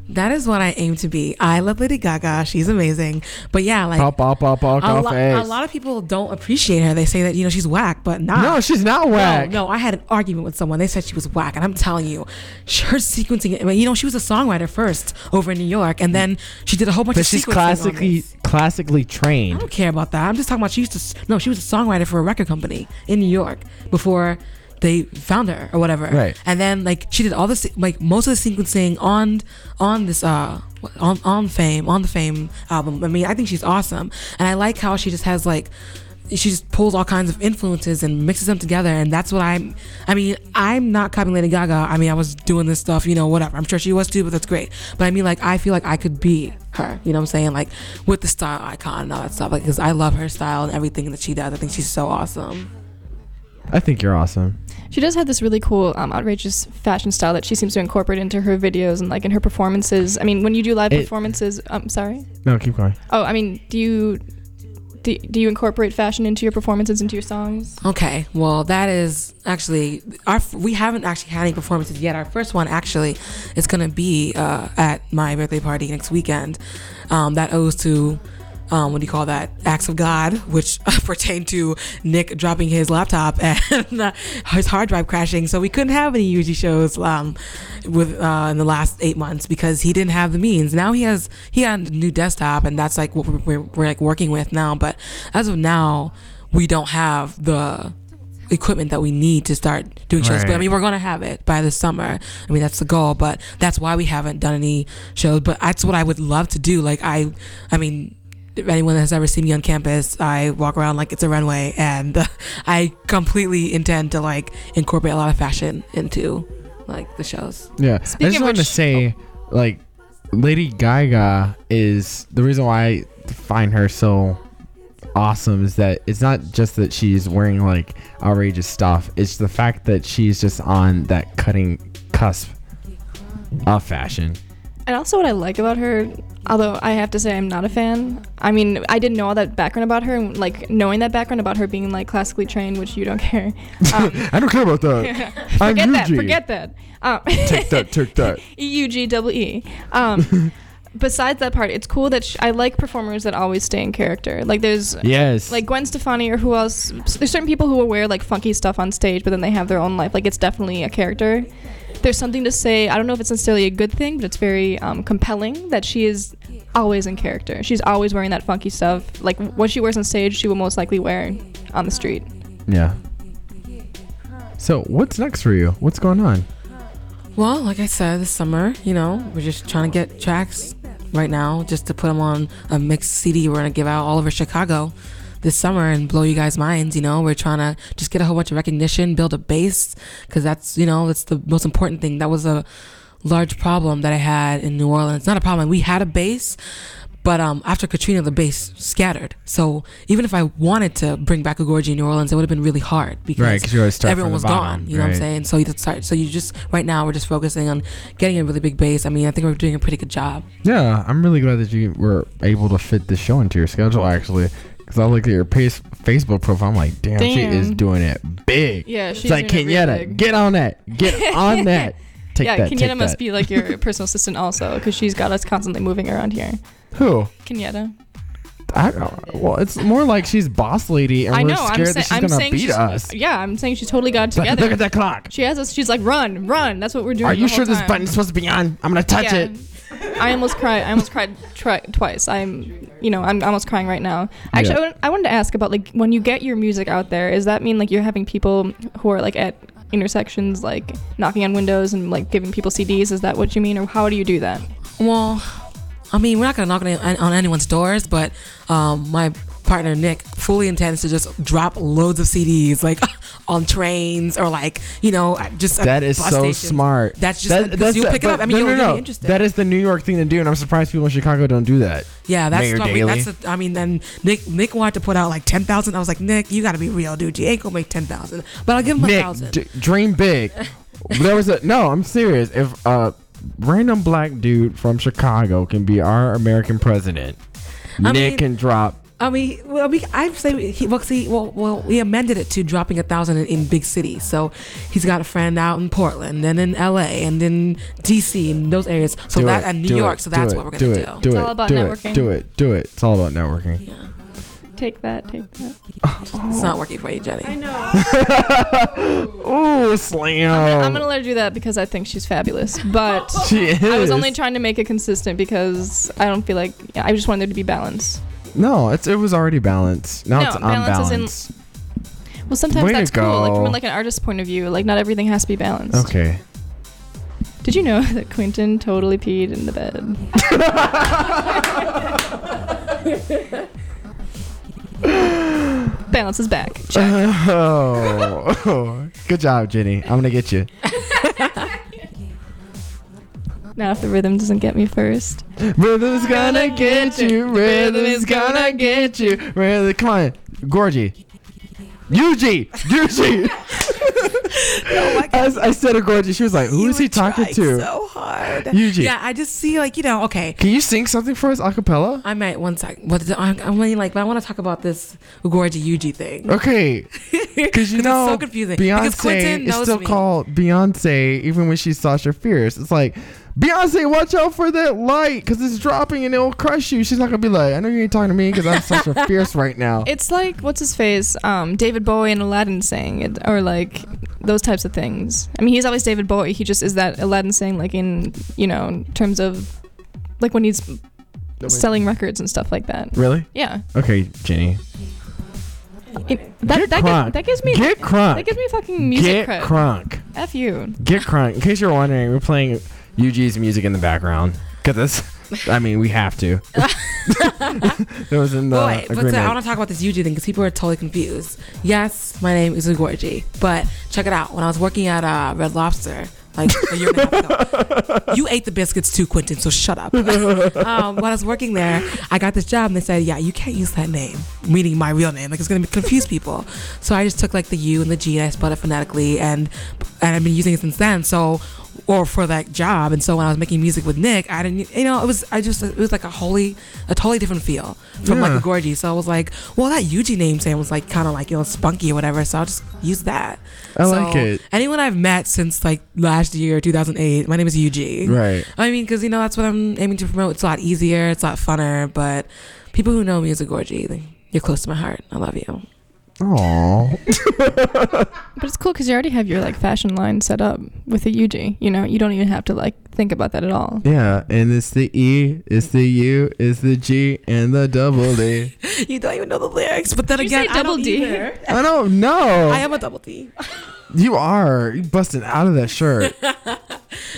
That is what I aim to be. I love Lady Gaga. She's amazing. But yeah, like
Pop, pop, pop, pop,
a,
off
lo- a
eggs.
lot of people don't appreciate her. They say that you know she's whack, but not.
No, she's not whack.
No, no, I had an argument with someone. They said she was whack, and I'm telling you, sh- her sequencing. I mean, you know, she was a songwriter first over in New York, and then she did a whole bunch
But
of
she's
sequencing on
classically
this.
classically
I
trained.
don't care about that. I'm just talking about she used to. s- No, she was a songwriter for a record company in New York before they found her or whatever.
Right.
And then like she did all this like most of the sequencing on on this uh on on Fame on the Fame album. I mean, I think she's awesome, and I like how she just has like. She just pulls all kinds of influences and mixes them together, and that's what I'm. I mean, I'm not copying Lady Gaga. I mean, I was doing this stuff, you know, whatever. I'm sure she was too, but that's great. But I mean, like, I feel like I could be her. You know what I'm saying? Like with the style icon and all that stuff. Like, cause I love her style and everything that she does. I think she's so awesome.
I think you're awesome.
She does have this really cool, um, outrageous fashion style that she seems to incorporate into her videos and like in her performances. I mean, when you do live
It-
performances, I'm sorry.
No, keep going.
Oh, I mean, do you do, do you incorporate fashion into your performances, into your songs?
Okay, well, that is actually our. We haven't actually had any performances yet. Our first one actually is gonna be uh, at my birthday party next weekend. Um, that owes to. Um, what do you call that? Acts of God, which pertain to Nick dropping his laptop and uh, his hard drive crashing. So we couldn't have any UG shows um, with uh, in the last eight months because he didn't have the means. Now he has he got a new desktop, and that's like what we're, we're, we're like working with now. But as of now, we don't have the equipment that we need to start doing shows. But I
Right.
mean, we're gonna have it by the summer. I mean, that's the goal. But that's why we haven't done any shows. But that's what I would love to do. Like I, I mean. If anyone has ever seen me on campus, I walk around like it's a runway, and I completely intend to like incorporate a lot of fashion into like the shows.
Yeah. I
Speaking
just
of
wanted to
which- Oh.
say, like, Lady Gaga is the reason why I find her so awesome is that it's not just that she's wearing like outrageous stuff, it's the fact that she's just on that cutting cusp of fashion.
And also, what I like about her, although I have to say I'm not a fan. I mean, I didn't know all that background about her, and like knowing that background about her being like classically trained, which you don't care. Um,
I don't care about that. I'm
forget that.
Yuji.
Forget that. Um,
Take that, take that.
E U G double E. Um, besides that part, it's cool that sh- I like performers that always stay in character. Like there's
Yes.
like Gwen Stefani or who else. There's certain people who will wear like funky stuff on stage, but then they have their own life. Like it's definitely a character. There's something to say. I don't know if it's necessarily a good thing, but it's very um, compelling that she is always in character. She's always wearing that funky stuff. Like what she wears on stage, she will most likely wear on the street.
Yeah. So, what's next for you? What's going on?
Well, like I said, this summer, you know, we're just trying to get tracks right now just to put them on a mixed CD. We're gonna give out all over Chicago this summer and blow you guys' minds. You know, we're trying to just get a whole bunch of recognition, build a base, because that's you know that's the most important thing. That was a large problem that I had in New Orleans. Not a problem. We had a base, but um, after Katrina, the base scattered. So even if I wanted to bring back Agorgi in New Orleans, it would have been really hard because
Right, 'cause you always start
everyone
from the
was
bottom,
gone. You know what I'm
right.
saying? So you just start. So you just right now we're just focusing on getting a really big base. I mean, I think we're doing a pretty good job.
Yeah, I'm really glad that you were able to fit this show into your schedule, actually. Because I look at your pace, Facebook profile, I'm like, damn, she
Damn.
is doing it big.
Yeah,
It's
she's
like
doing it really
Kenyatta,
big.
get on that, get on that. Take
yeah,
that,
Kenyatta
take
must
that.
be like your personal assistant also, because she's got us constantly moving around here.
Who?
Kenyatta.
I don't. Well, it's more like she's boss lady, and
I
we're
know. I'm,
scared
say-
that she's
I'm
gonna
saying
beat
she's,
us.
Yeah, I'm saying she's totally got it
Like,
together.
look at that clock.
She has us. She's like, run, run. That's what we're doing.
Are
the
you
whole
sure this
time.
button's supposed to be on? I'm gonna touch
Yeah.
it.
I almost cried. I almost cried tri- twice. I'm, you know, I'm almost crying right now. Actually,
Yeah.
I, wanted, I wanted to ask about like when you get your music out there. Does that mean like you're having people who are like at intersections, like knocking on windows and like giving people CDs? Is that what you mean, or how do you do that?
Well, I mean, we're not gonna knock on, any- on anyone's doors, but um, my partner Nick fully intends to just drop loads of CDs, like on trains or like you know, at- just at
That is
bus
so
stations.
smart.
That's just because you'll
the-
pick it up.
but
I mean,
no, no,
you'll, you'll
no.
be interested.
That is the New York thing to do, and I'm surprised people in Chicago don't do that.
Yeah, that's
Mayor
what we,
Daley.
that's. A, I mean, then Nick Nick wanted to put out like ten thousand. I was like, Nick, you got to be real, dude. You ain't gonna make ten thousand, but I'll give him a
Nick,
thousand.
d- dream big. there was a no. I'm serious. If a random black dude from Chicago can be our American president,
I
Nick
mean-
can drop
I mean, well, we, I say, he, well, see, well, well, we amended it to dropping a thousand in, in big cities. So he's got a friend out in Portland, and in L.A., and in D.C. and those areas. So
Do
that
it,
and New
do
York.
it,
so that's
do
what we're
it, do
gonna do.
it, do
It's
it,
all about
do
networking.
It, do it, do it. It's all about networking.
Take that, take that.
It's not working for you, Jenny.
Ooh, slam!
I'm gonna let her do that because I think she's fabulous. But
Um, She is.
I was only trying to make it consistent because I don't feel like I just wanted there to be balance.
no, it's it was already balanced. Now
No,
it's
balance is in-
unbalanced.
Well, sometimes
Way to
that's cool, like
go.
from like an artist's point of view. Like not everything has to be balanced.
okay.
Did you know that Quentin totally peed in the bed? Balance is back. Check.
Uh-huh. Oh, good job, Jenny. I'm gonna get you.
Now, if the rhythm doesn't get me first,
Rhythm's gonna get you. Rhythm is gonna get you. Rhythm, come on, Gorgie. Yuji, Yuji. I, I said a Gorgie. She was like, "Who is he talking to?"
So hard.
Yuji.
Yeah, I just see like you know. Okay,
Can you sing something for us a cappella?
I might one sec. What is it? I'm, I'm really like, but I want to talk about this Gorgia Yuji thing.
Okay, because you
it's
know
so confusing. Because Quentin
Beyonce is
knows
still
me.
called Beyonce, even when she's Sasha Fierce. It's like Beyonce, watch out for that light, because it's dropping and it'll crush you. She's not gonna be like, I know you ain't talking to me because I'm Sasha Fierce right now.
it's like what's his face, um, David Bowie and Aladdin saying it, or like those types of things. I mean, he's always David Bowie. He just is that Aladdin saying, like in you know, in terms of like when he's selling records and stuff like that.
Really?
Yeah,
Okay, Jenny.
It- that,
Get
that,
crunk.
gives, that gives me
Get crunk.
that gives me fucking music
Get
cred.
crunk.
F you.
Get crunk. In case you're wondering, we're playing UG's music in the background because that's. I mean, we have to. it was in the
But wait, but
agreement.
so I want to talk about this Yuji thing because people are totally confused. Yes, my name is Gorgie, but check it out. When I was working at uh, Red Lobster, like a year and a half ago, you ate the biscuits too, Quentin. So shut up. um, when I was working there, I got this job and they said, "Yeah, you can't use that name," meaning my real name. Like it's gonna confuse people. So I just took like the U and the G and I spelled it phonetically, and and I've been using it since then. So. Or for that job, and so when I was making music with Nick, I didn't, you know, it was I just it was like a wholly, a totally different feel from like
Yeah.
a Gorgie. So I was like, well, that Yuji name saying was like kind of like you know spunky or whatever. So I'll just use that.
I
So
like it.
Anyone I've met since like last year, 2008, my name is Yuji.
Right.
I mean, because you know that's what I'm aiming to promote. It's a lot easier. It's a lot funner. But people who know me as a Gorgie, like, you're close to my heart. I love you.
Aww.
But it's cool because you already have your like fashion line set up with a UG. You know, you don't even have to like think about that at all.
Yeah, and it's the E, it's the U, it's the G, and the double D.
You don't even know the lyrics, but then
Did you
again,
say double
I don't
D?
either.
I don't know.
I am a double D.
you are. You busted out of that shirt.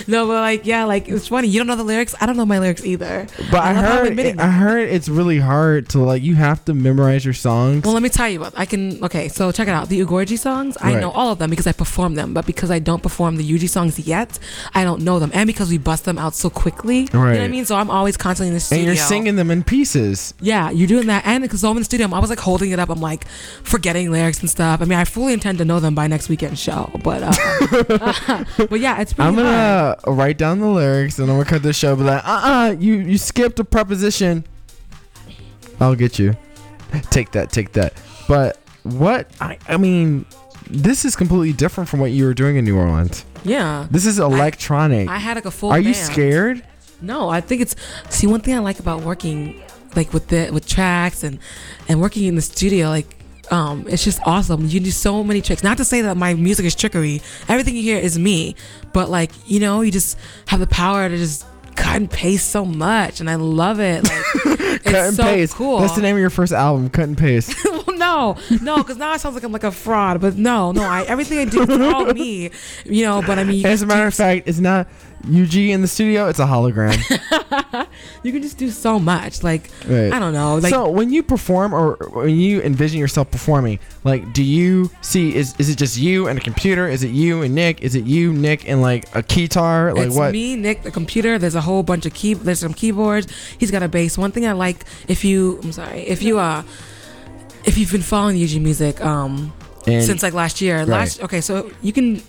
No, but like, yeah, like it's funny. You don't know the lyrics. I don't know my lyrics either.
But I
love how I'm
heard
admitting
I heard it's really hard to like you have to memorize your songs.
Well, let me tell you what I can. Okay, so check it out. The Ugorji songs, I
Right.
know all of them because I perform them. But because I don't perform the Yuji songs yet, I don't know them, and because we bust them out so quickly, you know what I
Right.
mean. So I'm always constantly in the studio.
and you're singing them in pieces.
Yeah, you're doing that, and because I'm in the studio, I'm always like holding it up. I'm like forgetting lyrics and stuff. I mean, I fully intend to know them by next weekend show. But uh, but yeah, it's pretty
I'm
hard.
gonna write down the lyrics and I'm gonna cut the show. Be like, uh, uh you you skipped a preposition. I'll get you. Take that, take that. But what I I mean, this is completely different from what you were doing in New Orleans.
Yeah,
This is electronic.
I had like a full.
Are you
band.
scared?
No, I think it's see one thing I like about working like with the with tracks and and working in the studio like um it's just awesome. You do so many tricks. Not to say that my music is trickery. Everything you hear is me, but like you know, you just have the power to just cut and paste so much, and I love it. Like, it's
Cut and
so
paste.
cool.
That's the name of your first album, Cut and Paste.
Well, no, no, because now it sounds like I'm like a fraud. But no, no, I everything I do is all me, you know. But I mean, you
As a
can do
matter of fact, it's not UG in the studio, it's a hologram.
you can just do so much. Like
Right.
I don't know, like
so when you perform or when you envision yourself performing, like do you see is is it just you and a computer? Is it you and Nick? Is it you, Nick, and like a guitar? Like
it's
what?
me, Nick, the computer. There's a whole bunch of key. There's some keyboards. He's got a bass. One thing I like, if you, I'm sorry, if you uh, if you've been following Yuji music, um,
And-
since like last year, last okay, so you can.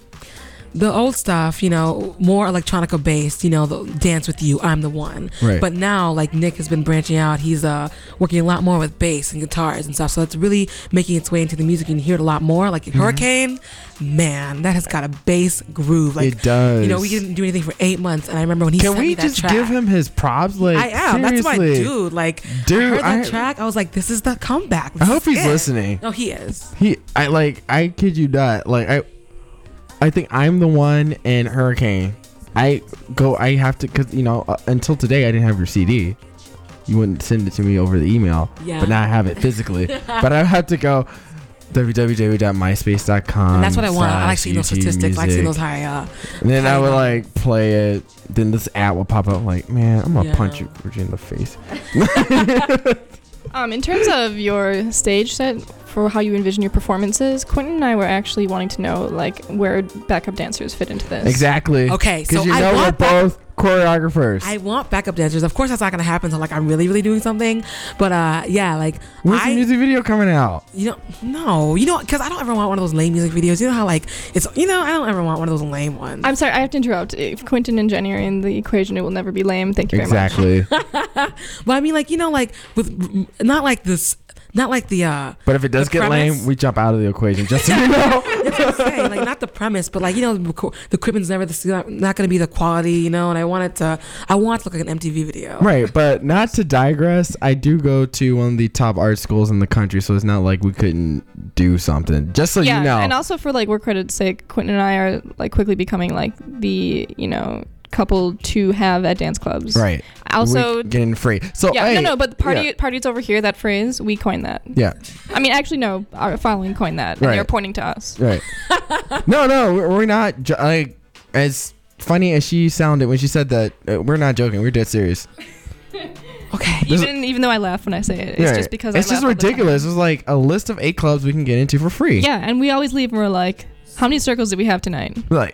the old stuff, you know, more electronica based, you know, the dance with you, I'm the one.
Right.
But now, like Nick has been branching out, he's uh working a lot more with bass and guitars and stuff. So it's really making its way into the music. You can hear it a lot more.
Mm-hmm.
Like Hurricane, man, that has got a bass groove. Like
It does.
You know, we didn't do anything for eight months, and I remember when he
Can
sent me
we
that
just
track.
give him his props? Like,
I am.
Seriously.
That's my dude. Like,
Dude,
I heard that
I-
track. I was like, this is the comeback.
I
This
hope
is
he's
it.
listening.
No, he is.
He, I like, I kid you not. Like, I, I think I'm the one in Hurricane. I go, I have to, cause you know, uh, until today I didn't have your CD. You wouldn't send it to me over the email,
Yeah.
but now I have it physically. but I have to go www.myspace.com.
And that's what I want. I like
slash
seeing
YouTube
those statistics. I like seeing
music.
those high. Uh,
And then I would
Kinda.
like play it. Then this ad would pop up like, man, I'm gonna
Yeah.
punch you Virginia in the face.
Um, in terms of your stage set for how you envision your performances, Quentin and I were actually wanting to know like where backup dancers fit into this.
Exactly.
Okay,
Because
so
you
I
know we're
want that-
both choreographers.
I want backup dancers. Of course, that's not gonna happen until like I'm really, really doing something. But uh, yeah, like
When's
I,
the music video coming out?
you know, no, you know, because I don't ever want one of those lame music videos. You know how like it's, you know, I don't ever want one of those lame ones.
I'm sorry, I have to interrupt. If Quentin and Jenny are in the equation, it will never be lame. Thank you very much.
Exactly.
but I mean, like you know, like with not like this, not like the uh,
but if it does
The
get
premise-
lame, we jump out of the equation. Just so you know.
That's what I'm saying. Like not the premise, but like you know, the reco- the equipment's never the, not, not going to be the quality, you know. And I want it to, I want it to look like an MTV video.
right, but not to digress, I do go to one of the top art schools in the country, so it's not like we couldn't do something. Just so
yeah,
you know.
and also for like work credit's sake, Quentin and I are like quickly becoming like the you know couple to have at dance clubs.
right.
Also,
We getting free. So
yeah,
hey,
no, no, but the party
yeah,
party's over here. That phrase we coined that.
yeah.
I mean, actually, no, our following coined that, and
Right.
they're pointing to us.
Right. no, no, we're we're not. Jo- like, as funny as she sounded when she said that, uh, we're not joking. We're dead serious.
Okay.
There's a-
Even even though I laugh when I say it, it's
Right.
just because I
it's just
laugh all the time.
ridiculous. It's like a list of eight clubs we can get into for free.
Yeah, and we always leave and we're like, how many circles do we have tonight?
Like,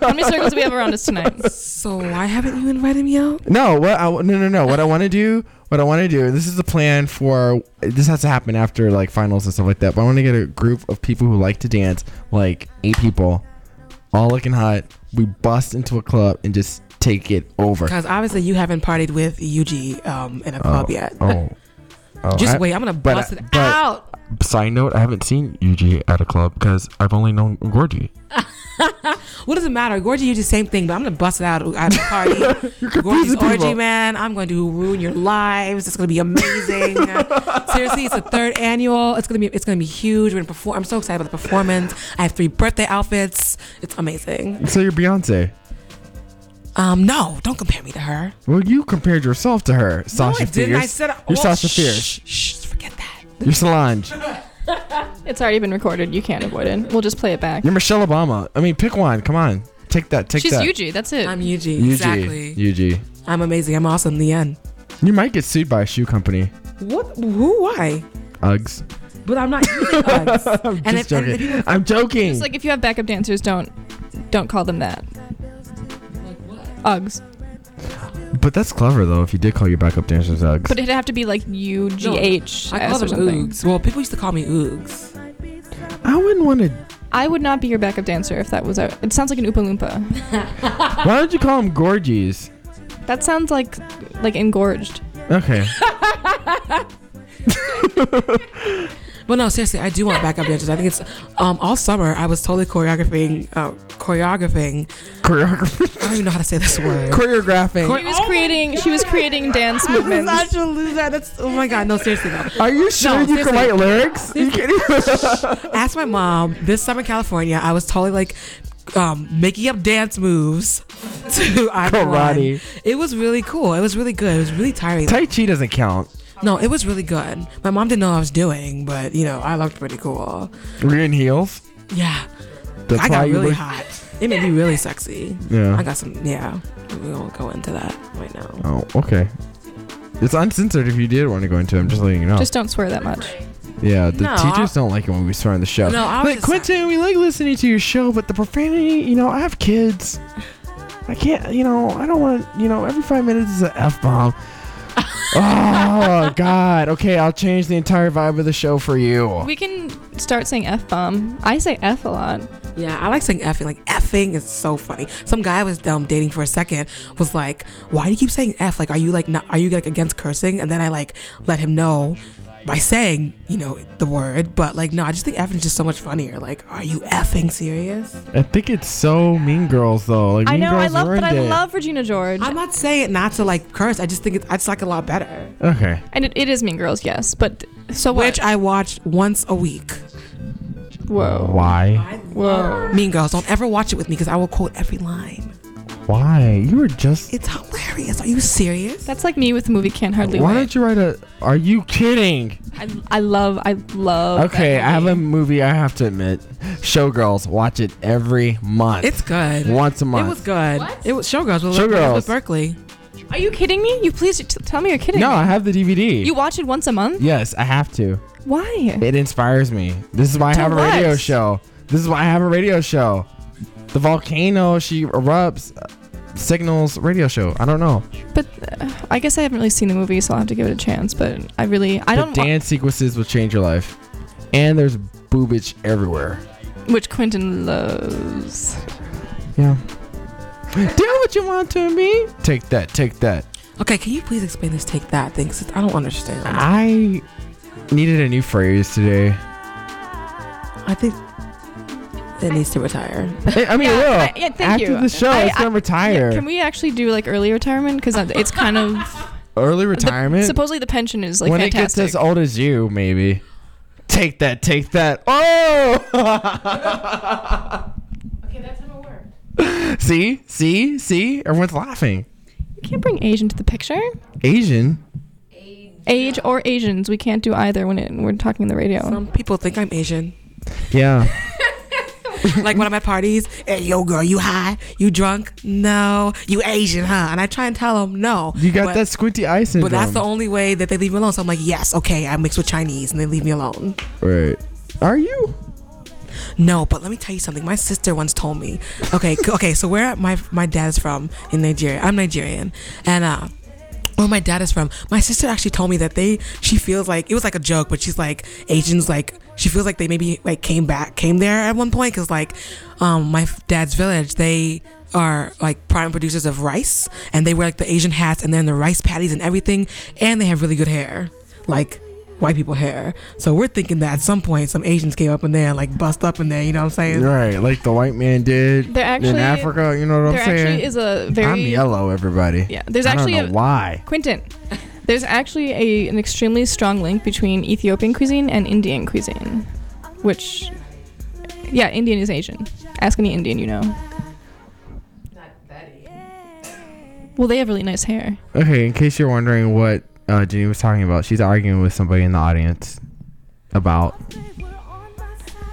How many circles do we have around us tonight?
So why haven't you invited me out?
no, what? I, no, no, no. What I want to do. What I want to do. This is the plan for. This has to happen after like finals and stuff like that. But I want to get a group of people who like to dance, like eight people, all looking hot. We bust into a club and just take it over.
Because obviously you haven't partied with UG um, in a club yet.
Oh. Oh,
Just
I-
wait, I'm gonna
but-
bust it
but-
out.
Side note, I haven't seen UG at a club because I've only known Gordy.
What does it matter? Gorgie, you do the same thing, but I'm gonna bust it out at a party.
You're
Gorgie's
confusing
orgy,
people.
man. I'm going to ruin your lives. It's gonna be amazing. Seriously, it's the third annual. It's gonna be it's gonna be huge. We're gonna perform. I'm so excited about the performance. I have three birthday outfits. It's amazing.
So you're Beyonce.
Um, no, don't compare me to her.
Well, you compared yourself to her, Sasha
no, I
Fierce.
didn't. I said
you're
oh,
Sasha
shh,
Fierce.
Shh, forget that.
You're Solange.
It's already been recorded. You can't avoid it. We'll just play it back.
You're Michelle Obama. I mean, pick one. Come on, take that. Take
She's
that.
Yuji. That's it.
I'm
UG.
Yuji. Exactly.
UG.
I'm amazing. I'm awesome. The end.
You might get sued by a shoe company.
What? Who? Why?
Uggs.
But I'm not using Uggs.
I'm
And
just
if- and if
joking.
you-
I'm joking.
it's like if you have backup dancers, don't don't call them that. Uggs,
but that's clever though. If you did call your backup dancers Uggs.
but it'd have to be like U G H
I call
S or
them
something.
Oogs. Well, people used to call me Oogs.
I wouldn't want to.
I would not be your backup dancer if that was out. It sounds like an Oompa Loompa.
Why don't you call them Gorgies?
That sounds like like engorged.
Okay.
But no, seriously, I do want backup dancers. I think it's um, all summer. I was totally choreographing, uh, choreographing.
Choreograph-
I don't even know how to say this word.
choreographing.
She was creating she was
Oh
creating dance movements.
I should lose that. That's oh my god. No, seriously though.
Are you sure you can
seriously.
write lyrics? You kidding?
Ask my mom. This summer in California, I was totally like um, making up dance moves to I'm the
Karate.
One. It was really cool. It was really good. It was really tiring.
tai Chi doesn't count.
No, it was really good. My mom didn't know what I was doing, but you know, I looked pretty cool.
We're in heels.
Yeah,
That's
I got
you
really
look-
hot. It made me really sexy.
Yeah.
I got some. Yeah, we won't go into that right now.
Oh, okay. It's uncensored if you did want to go into it. I'm just letting you know.
Just don't swear that much.
yeah, the
No,
teachers don't like it when we swear on the show.
No, I was
like
just-
Quentin, we like listening to your show, but the profanity, you know, I have kids. I can't, you know, I don't want, you know, every five minutes is an f bomb. oh God. Okay, I'll change the entire vibe of the show for you.
We can start saying F bomb. I say F a lot.
Yeah, I like saying effing. Like effing is so funny. Some guy I was um, dating for a second was like, "Why do you keep saying f? Like, are you like not? Are you like against cursing?" And then I like let him know by saying, you know, the word. But like, no, I just think effing is just so much funnier. Like, are you effing serious?
I think it's so Mean Girls though. Like
I
Mean
know, I
Girls
love, but
ruined
I
it.
love Regina George.
I'm not saying it not to like curse. I just think it's I just like it a lot better.
Okay.
and it, it is Mean Girls, yes. But th- so what?
Which I watch once a week.
Whoa.
Why?
Whoa.
Mean Girls, don't ever watch it with me because I will quote every line.
Why? You were just.
It's hilarious. Are you serious?
That's like me with the movie Can't Hardly
Why
Wait.
don't you write a? Are you kidding?
I, I love, I love. that
Okay, I have
movie.
a movie I have to admit. Showgirls, watch it every month.
It's good.
once a month.
It was good.
What?
It was Showgirls with
Showgirls.
with Berkeley.
Are you kidding me? You please t- tell me you're kidding.
no,
me.
I have the DVD.
You watch it once a month?
yes, I have to.
Why?
It inspires me. This is why I
To
have a
what?
radio show. This is why I have a radio show. The volcano she erupts, uh, signals radio show. I don't know.
But uh, I guess I haven't really seen the movie, so I'll have to give it a chance. But I really, I
the
don't. wa-
dance sequences will change your life, and there's boobage everywhere.
which Quentin loves.
Yeah. Do what you want to me. Take that. Take that.
Okay, can you please explain this take that thing? 'Cause I don't understand. I,
I needed a new phrase today.
think it needs to retire.
I I mean,
Yeah,
it will.
I- yeah, thank
After
you.
the show,
I-
it's
I-
gonna retire.
Can we actually do like early retirement? Because it's kind of
Early
the-
retirement.
supposedly the pension is like
when
fantastic.
it gets as old as you, maybe. Take that, take that. Oh! see, see, see. Everyone's laughing.
you can't bring age into the picture.
Asian.
Age or Asians, we can't do either when it, we're talking on the radio.
Some people think I'm Asian.
Yeah.
like when I'm at parties, hey, yo, girl, you high? You drunk? No. You Asian, huh? And I try and tell them no.
You got
but,
that squinty eye syndrome.
But that's the only way that they leave me alone. So I'm like, yes, okay, I mix with Chinese, and they leave me alone.
Wait. Are you?
No, but let me tell you something. My sister once told me. Okay, c- okay. So where my my dad's from in Nigeria. I'm Nigerian, and uh. Where my dad is from, my sister actually told me that they, she feels like it was like a joke, but she's like Asians, like she feels like they maybe like came back, came there at one point, cause like, um, my f- dad's village, they are like prime producers of rice, and they wear like the Asian hats, and they're in the rice patties and everything, and they have really good hair, like white people hair. So we're thinking that at some point some Asians came up in there and like bust up in there, you know what I'm saying?
Right, like the white man did
There
in
actually-
Africa. You know what
There
I'm saying?
actually is a very
I'm yellow, everybody.
yeah. There's
I don't
actually
know
a
why.
Quentin. There's actually a, an extremely strong link between Ethiopian cuisine and Indian cuisine, which, yeah, Indian is Asian. Ask any Indian you know. Well, they have really nice hair.
Okay, in case you're wondering what uh, Jenny was talking about, she's arguing with somebody in the audience about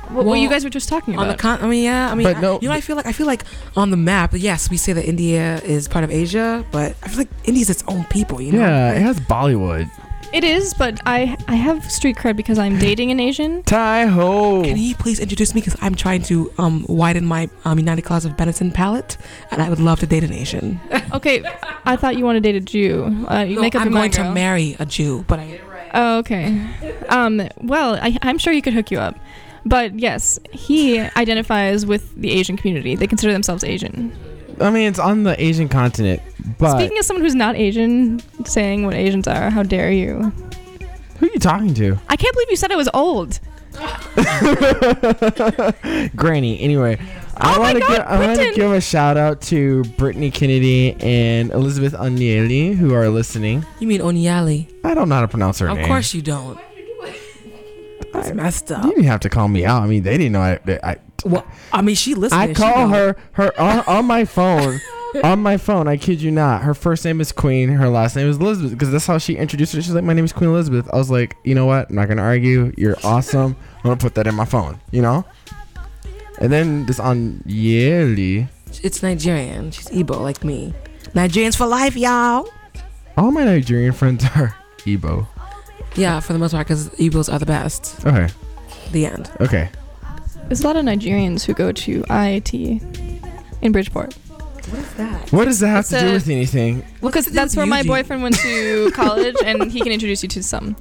What,
Well,
what you guys were just talking about.
On the con, I mean, yeah, I mean,
But
I-
no-
you know, I feel like I feel like on the map, yes, we say that India is part of Asia, but I feel like India's its own people, you know?
Yeah, it has Bollywood.
it is, but I I have street cred because I'm dating an Asian.
Ty Ho.
Can you please introduce me? Because I'm trying to um, widen my um, United Claws of Benetton palette, and I would love to date an Asian.
Okay, I thought you wanted to date a Jew. Uh, you
No,
make up
I'm
your
going
mind,
to
girl.
marry a Jew, but I,
Oh, okay. Um, well, I, I'm sure he could hook you up. But yes, he identifies with the Asian community. They consider themselves Asian.
I mean, it's on the Asian continent, but
Speaking as someone who's not Asian, saying what Asians are, how dare you?
who are you talking to?
I can't believe you said I was old.
Granny. Anyway, I
Oh my
want to
God,
give I want to
Britton!
give a shout out to Brittany Kennedy and Elizabeth Onyeli who are listening.
you mean Onyali?
I don't know how to pronounce her
Of
name.
course you don't. That's messed up.
you didn't have to call me out. I mean, they didn't know I. they- I,
Well, I mean, she listened.
I
she
call her
knows.
her on, on my phone. on my phone, I kid you not. Her first name is Queen. Her last name is Elizabeth because that's how she introduced her. She's like, "My name is Queen Elizabeth." I was like, "You know what? I'm not gonna argue. You're awesome. I'm gonna put that in my phone." You know. And then this on yearly.
It's Nigerian. She's Igbo, like me. Nigerians for life, y'all.
All my Nigerian friends are Igbo.
Yeah, for the most part, because Igbos are the best.
Okay.
The end.
Okay.
There's a lot of Nigerians who go to IIT in Bridgeport.
What does that have to
It's
do
a-
with anything?
Well, because that's where my
Eugene.
boyfriend went to college, and he can introduce you to some.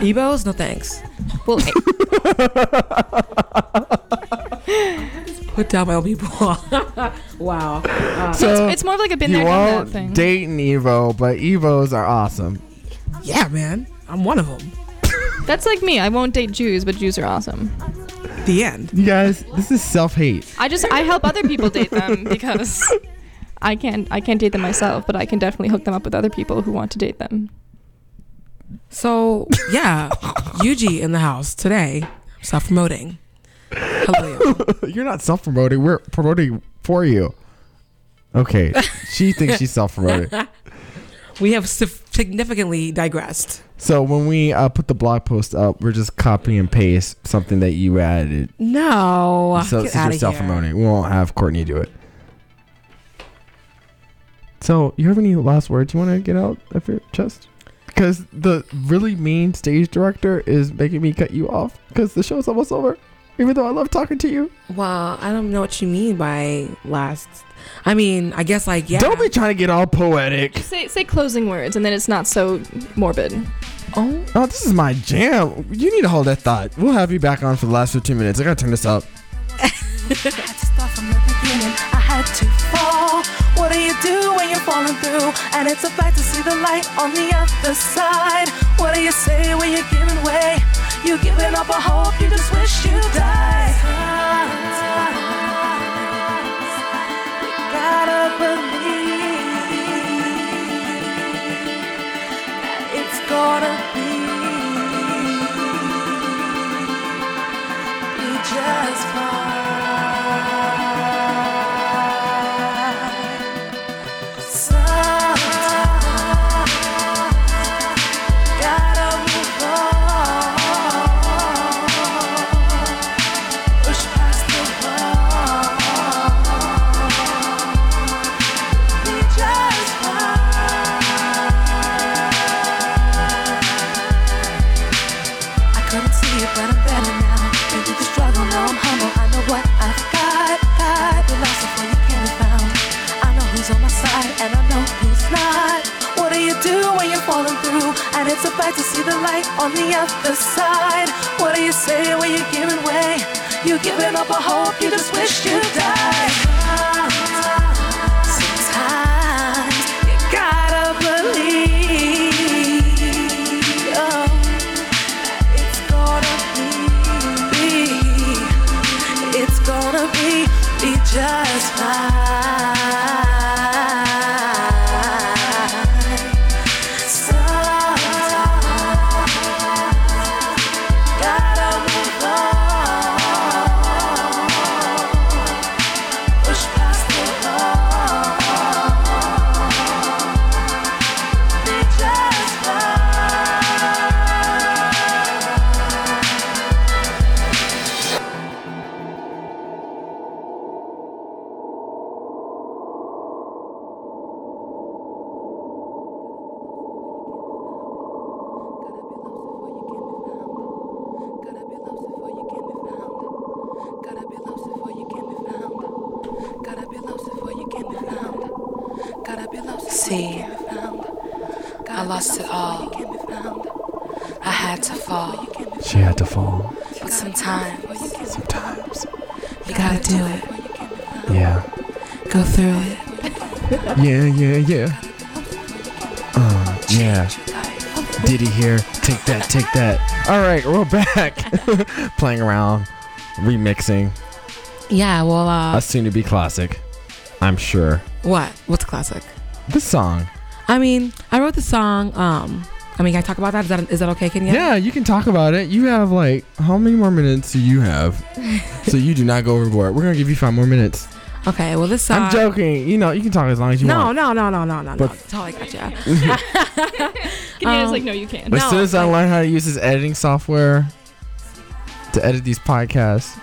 Ebos? No thanks.
Well, I-
Put down my old people. wow.
So
it's more of like a been
you
there, done that
won't
thing.
date an Evo, but Evos are awesome.
Yeah, man. I'm one of them.
That's like me. I won't date Jews, but Jews are awesome.
The end.
You guys, this is self hate.
I just I help other people date them because I can't I can't date them myself, but I can definitely hook them up with other people who want to date them.
So, yeah. Yuji in the house today. Self promoting. Hello. you.
You're not self promoting. We're promoting for you. Okay, she thinks she's self promoting.
We have sif- significantly digressed.
So when we uh, put the blog post up, we're just copy and paste something that you added.
No.
so
Get
since you're
outta
self
here.
promoting, we won't have Courtney do it. So you have any last words you want to get out of your chest? Because the really mean stage director is making me cut you off because the show's almost over. Even though I love talking to you,
Well, I don't know what you mean by last. I mean, I guess like yeah.
don't be trying to get all poetic.
Say say closing words, and then it's not so morbid.
Oh,
Oh, this is my jam. You need to hold that thought. We'll have you back on for the last 15 minutes. I gotta turn this up.
had to start from the beginning. I had to fall. What do you do when you're falling through? And it's a fact to see the light on the other side. What do you say when you're giving way? You're giving up a hope you just wish you died. You gotta believe that it's gonna be be just fine. Sometimes gotta move on, push past the wall, be just fine. I couldn't see it, but I'm better now. Been through the struggle, now I'm humble. I know what I've got, got. The loss of what you can be found. I know who's on my side, and I know who's not. What do you do when you're falling through? And it's about to see the light on the other side. What do you say when you're giving way? You're giving up a hope you just wish you died. Sometimes you gotta believe. Oh. It's gonna be, it's gonna be, be just fine. Sometimes gotta move on, push past the wall, be just fine.
See, I lost it all. I had to fall,
She had to fall.
but sometimes
Sometimes.
you gotta do it.
Yeah.
Go through it.
Yeah, yeah, yeah. Uh, yeah. Diddy here. Take that, take that. All right, we're back. Playing around, remixing
yeah. Well, uh,
a soon to be classic, I'm sure.
what? What's classic?
This song.
I mean, I wrote the song. Um, I mean, can I talk about that? Is that is that okay, Kenya?
Yeah. you can talk about it. You have like, how many more minutes do you have? so you do not go overboard. We're going to give you five more minutes.
Okay. Well, this song.
I'm joking. You know, you can talk as long as you
No,
want.
no, no, no, no, no, no.
But-
Totally gotcha.
Kenya's
Um,
like, no, you can't.
As
no,
soon as I
like-
learn how to use this editing software to edit these podcasts,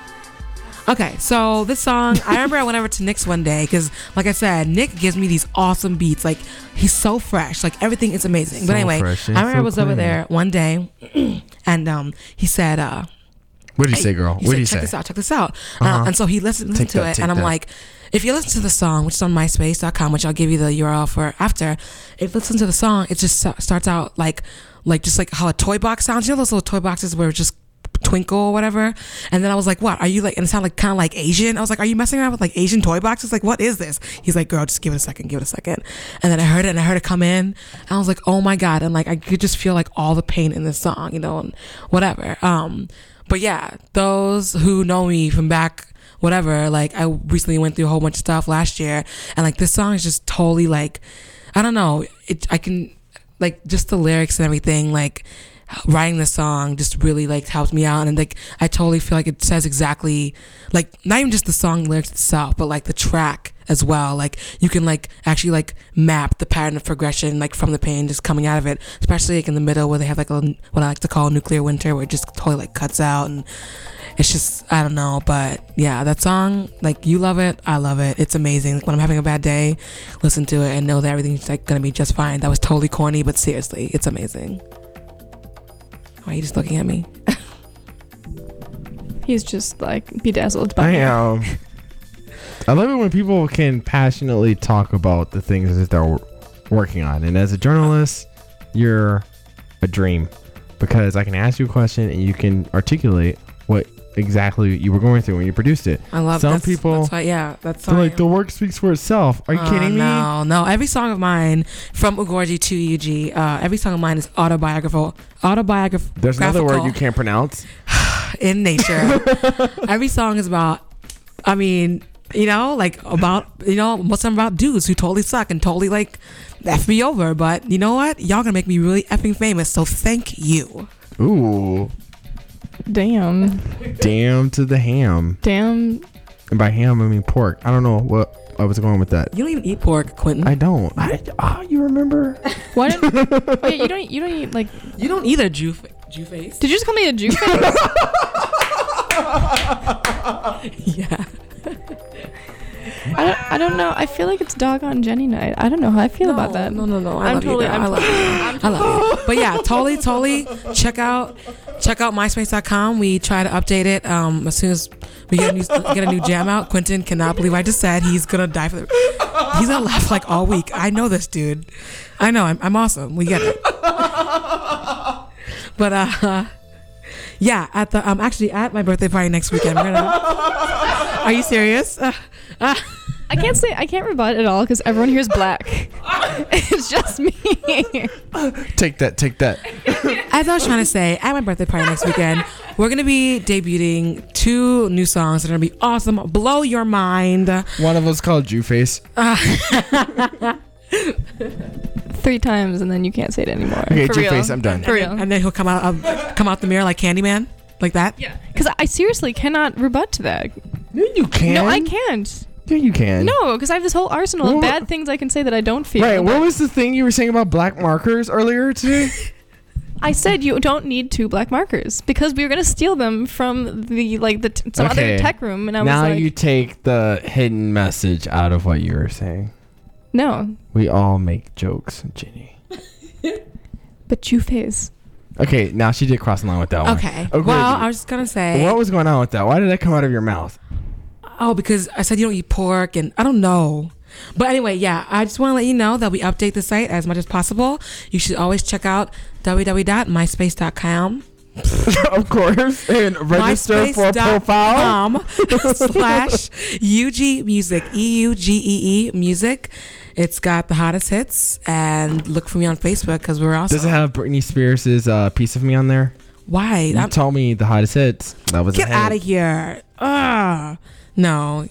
Okay, so this song, I remember I went over to Nick's one day because, like I said, Nick gives me these awesome beats. Like he's so fresh. Like everything is amazing.
So
but anyway,
fresh
I
and
remember
so
I was over
clean.
there one day, and um, he said, uh,
What do you say, girl?
He's
What
like,
do you
check
say?
this out, check this out. And I-
Uh-huh.
and so he listens
Take
to
that,
it,
take
and I'm
that.
like, if you listen to the song, which is on myspace.com, which I'll give you the URL for after, if you listen to the song, it just sta- starts out like, like just like how a toy box sounds. You know those little toy boxes where it just twinkle or whatever. And then I was like, what? Are you like, and it sounded like kind of like Asian. I was like, are you messing around with like Asian toy boxes? Like, what is this? He's like, girl, just give it a second, give it a second. And then I heard it and I heard it come in. And I was like, oh my God. And like, I could just feel like all the pain in this song, you know, and whatever. Um, but yeah, those who know me from back, whatever, like I recently went through a whole bunch of stuff last year. And like, this song is just totally like, I don't know. It, I can, like just the lyrics and everything like writing the song just really like helped me out and like i totally feel like it says exactly like not even just the song lyrics itself but like the track as well like you can like actually like map the pattern of progression like from the pain just coming out of it especially like in the middle where they have like a, what i like to call nuclear winter where it just totally like cuts out and it's just i don't know but yeah that song like you love it i love it it's amazing like when i'm having a bad day listen to it and know that everything's like gonna be just fine that was totally corny but seriously it's amazing why are you just looking at me
He's just like bedazzled by
I
it.
am. I love it when people can passionately talk about the things that they're wor- working on. And as a journalist, you're a dream because I can ask you a question and you can articulate what exactly you were going through when you produced it.
i love
Some
that's,
people-
that's why, yeah that's
So
why
like the work speaks for itself. Are you
Uh,
kidding me?
No, no. Every song of mine, from Ugorji to UG, uh, every song of mine is autobiographical. Autobiographical.
There's another word you can't pronounce.
in nature. Every song is about, I mean, you know, like about, you know, what's about dudes who totally suck and totally like F me over. But you know what? Y'all gonna make me really effing famous. So thank you.
Ooh,
Damn.
damn to the ham.
Damn.
And by ham, I mean pork. I don't know what I was going with that.
You don't even eat pork, Quentin.
I don't. I, oh, you remember?
Why don't? oh, yeah, you don't. You don't eat like.
you don't either, Jew, Jew face.
Did you just call me a Jew? face?
yeah.
I don't. I don't know. I feel like it's doggone Jenny night. I don't know how I feel about that.
No, no, no. I
I'm
love
totally-
you. girl.
I'm
I love you. i love you. But yeah, totally, totally. Check out, check out myspace.com. We try to update it um, as soon as we get a new get a new jam out. Quentin cannot believe I just said he's gonna die for the. He's gonna laugh like all week. I know this dude. I know. I'm, I'm awesome. We get it. but uh, yeah, at the um, actually at my birthday party next weekend. We're gonna. Are you serious? Uh, uh,
I can't say. I can't rebut at all because everyone here is black. it's just me.
Take that. Take that.
As I was trying to say, at my birthday party next weekend, we're gonna be debuting two new songs that are gonna be awesome, blow your mind.
One of us called Jew face.
Three times and then you can't say it anymore.
Okay,
For
Jew
real.
face. I'm done.
For real.
And then he'll come out of, come out the mirror like Candyman, like that.
Yeah. Because I seriously cannot rebut to that.
No, you can.
No, I can't.
Yeah, you can.
No, because I have this whole arsenal
Well,
of bad things I can say that I don't feel.
Right. What was the thing you were saying about black markers earlier today?
I said you don't need two black markers because we were gonna steal them from the like the t- some
Okay.
other tech room, and I
now
was like,
you take the hidden message out of what you were saying.
no,
We all make jokes, Ginny.
but you face.
Okay, now she did cross the line with that one.
Okay.
Okay.
Well, I was just gonna say.
What was going on with that? Why did that come out of your mouth?
Oh, because I said you don't eat pork, and I don't know. But anyway, yeah, I just want to let you know that we update the site as much as possible. You should always check out www.myspace.com.
of course. And register for a profile.
myspace.com slash UG music, E U G E E music. It's got the hottest hits, and look for me on Facebook because we're also.
Does it have Britney Spears' uh, piece of me on there?
Why?
You
I'm-
told me the hottest hits. That was a
get
hit.
out of here. Ugh. No.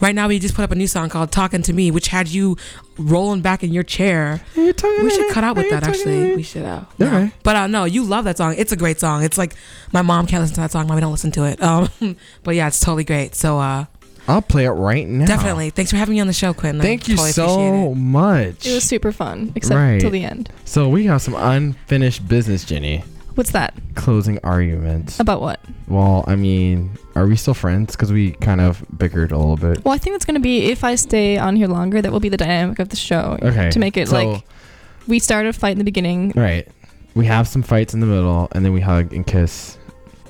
Right now, we just put up a new song called Talking to Me, which had you rolling back in your chair.
You're talking
We
to
should
me.
cut out with
You're
that,
talking to
actually.
me.
We should. Uh,
Okay.
no. But uh, no, you love that song. It's a great song. It's like my mom can't listen to that song. Mommy don't listen to it. Um, but yeah, it's totally great. So uh,
I'll play it right now.
Definitely. Thanks for having me on the show, Quinn. I
Thank you
totally
so
appreciate
much.
It was super fun, except
Right.
till the end.
so we have some unfinished business, Jenny.
What's that
Closing arguments.
about? What?
Well, I mean, are we still friends? Because we kind of bickered a little bit.
Well, I think that's gonna be if I stay on here longer, that will be the dynamic of the show.
Okay.
To make it
so,
like we started a fight in the beginning.
right, we have some fights in the middle, and then we hug and kiss.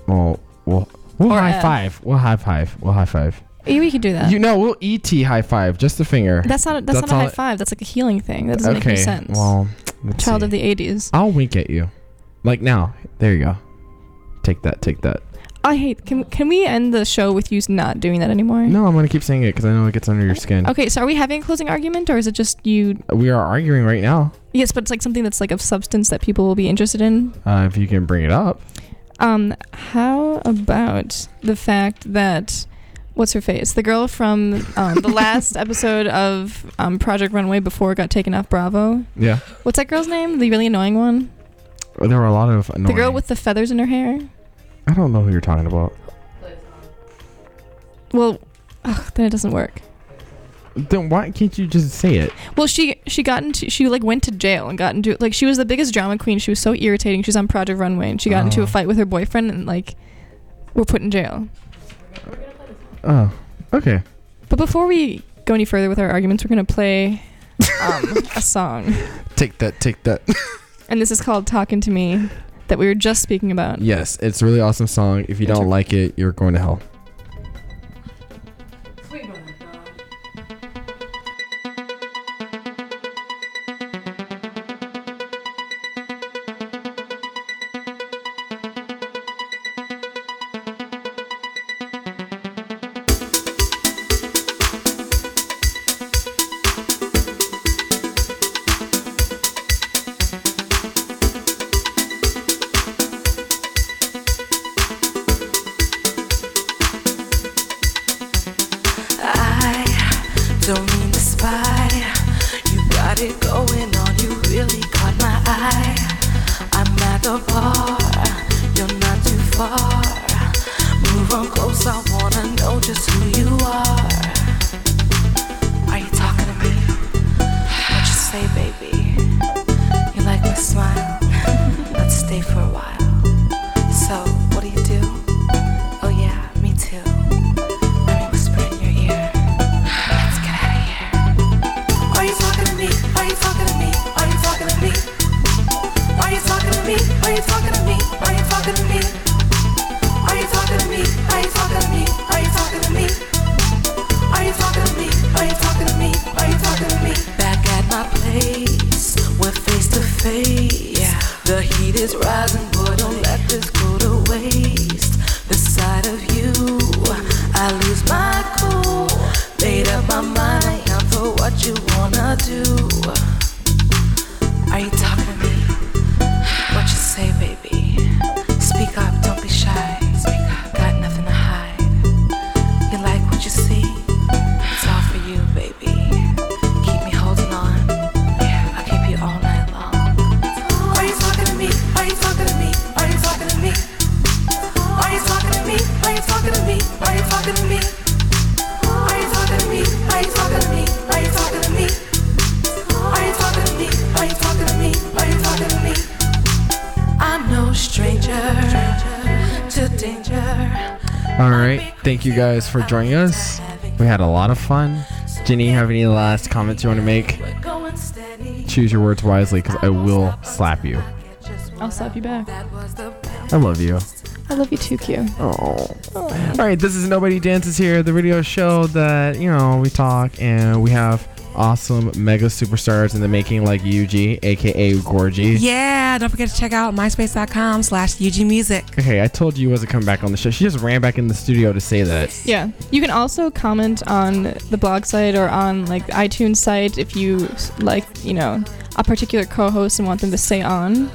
Well, well, We'll
Or
high
a-
five. We'll high five. We'll high five.
Yeah, we could do that.
you know, we'll ET high five. Just the finger.
that's not. That's,
that's
not a
all
high
it-
five. That's like a healing thing. That doesn't
okay.
make any sense.
Well, let's
Child
see.
of the '80s.
I'll wink at you. Like now. There you go. Take that. Take that.
I hate. Can can we end the show with you not doing that anymore?
No, I'm gonna keep saying it because I know it gets under your skin.
Okay, so are we having a closing argument, or is it just you?
We are arguing right now.
Yes, but it's like something that's like of substance that people will be interested in.
Uh, if you can bring it up.
Um, how about the fact that what's her face, the girl from um, the last episode of um, Project Runway before it got taken off Bravo?
Yeah.
What's that girl's name? The really annoying one.
There were a lot of
The
annoying.
girl with the feathers in her hair.
I don't know who you're talking about.
Well, ugh, then it doesn't work.
Then why can't you just say it?
Well, she she got into she like went to jail and got into like she was the biggest drama queen. She was so irritating. She was on Project Runway and she got into
Oh.
a fight with her boyfriend and like were put in jail.
Oh. Okay.
But before we go any further with our arguments, we're gonna play um, a song,
Take that. Take that.
and this is called "Talking to Me" that we were just speaking about.
yes, it's a really awesome song. If you don't like it, you're going to hell.
I don't mean to spy. You got it going on, you really caught my eye. I'm at the bar, you're not too far. Move on close, I wanna know just who you are. Are you talking to me? What you say, baby? You like my smile? Let's stay for a while. So, what do you do? Oh, yeah, me too. Let me whisper in your ear. Let's get out of here.
Are you talking to me? Are you talking to me? Are you talking to me? Are you talking to me? Are you talking to me? Are you talking to me? Are you talking to me? Are you talking to me? Are you talking to me? Are you talking to me? Are you talking to me? Are you talking to me?
Back at my place, we're face to face. The heat is rising, boy, don't let this go to waste. The sight of you, I lose my cool. Made up my mind, I am for what you wanna do.
Are you talking to me? What you say, baby? Speak up, don't be shy. Speak up, got nothing to hide. You like what you see? It's all for you, baby. Keep me holding on. Yeah, I'll keep you all night long. Are you talking to me? Are you talking to me? Are you talking to me? Are you talking to me? Are you talking to me? Are you talking to me? Are you talking to me? Are you talking to me? Are you talking to me? Are you talking to me? Are you talking to me? Are you talking to me?
I'm no stranger to danger.
All right. Thank you guys for joining us. We had a lot of fun. Jenny, you have any last comments you want to make?
We're going steady.
Choose your words wisely because I will slap you.
I'll slap you back.
That was the
I love you.
I love you too, Q.
All right, this is Nobody Dances Here, the radio show that, you know, we talk and we have awesome mega superstars in the making like Yuji, aka Gorgie.
Yeah, don't forget to check out myspace.com slash UG Music.
Okay, I told you wasn't coming back on the show. She just ran back in the studio to say that.
Yeah. You can also comment on the blog site or on like the iTunes site if you like, you know, a particular co-host and want them to stay on.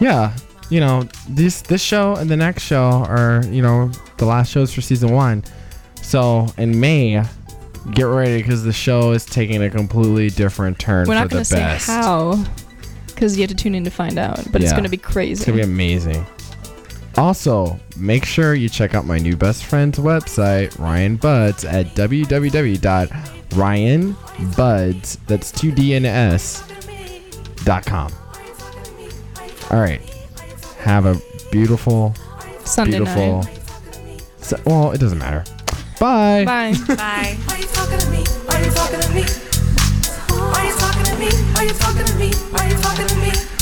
Yeah, you know, this this show and the next show are, you know, the last shows for season 1. So, in May, get ready cuz the show is taking a completely different turn
We're
for
not
the
going to
best.
say how because you have to tune in to find out, but it's
Yeah.
going to be crazy.
It's gonna be amazing. Also, make sure you check out my new best friend's website, Ryan Buds, at www.ryanbuds. That's two D N S dot com. All right, have a beautiful,
Sunday
beautiful.
night.
So, well, it doesn't matter. Bye.
Bye.
Bye.
Are you talking to me? Are you talking to me? Are you talking to me? Are you talking to me? Are you talking to me?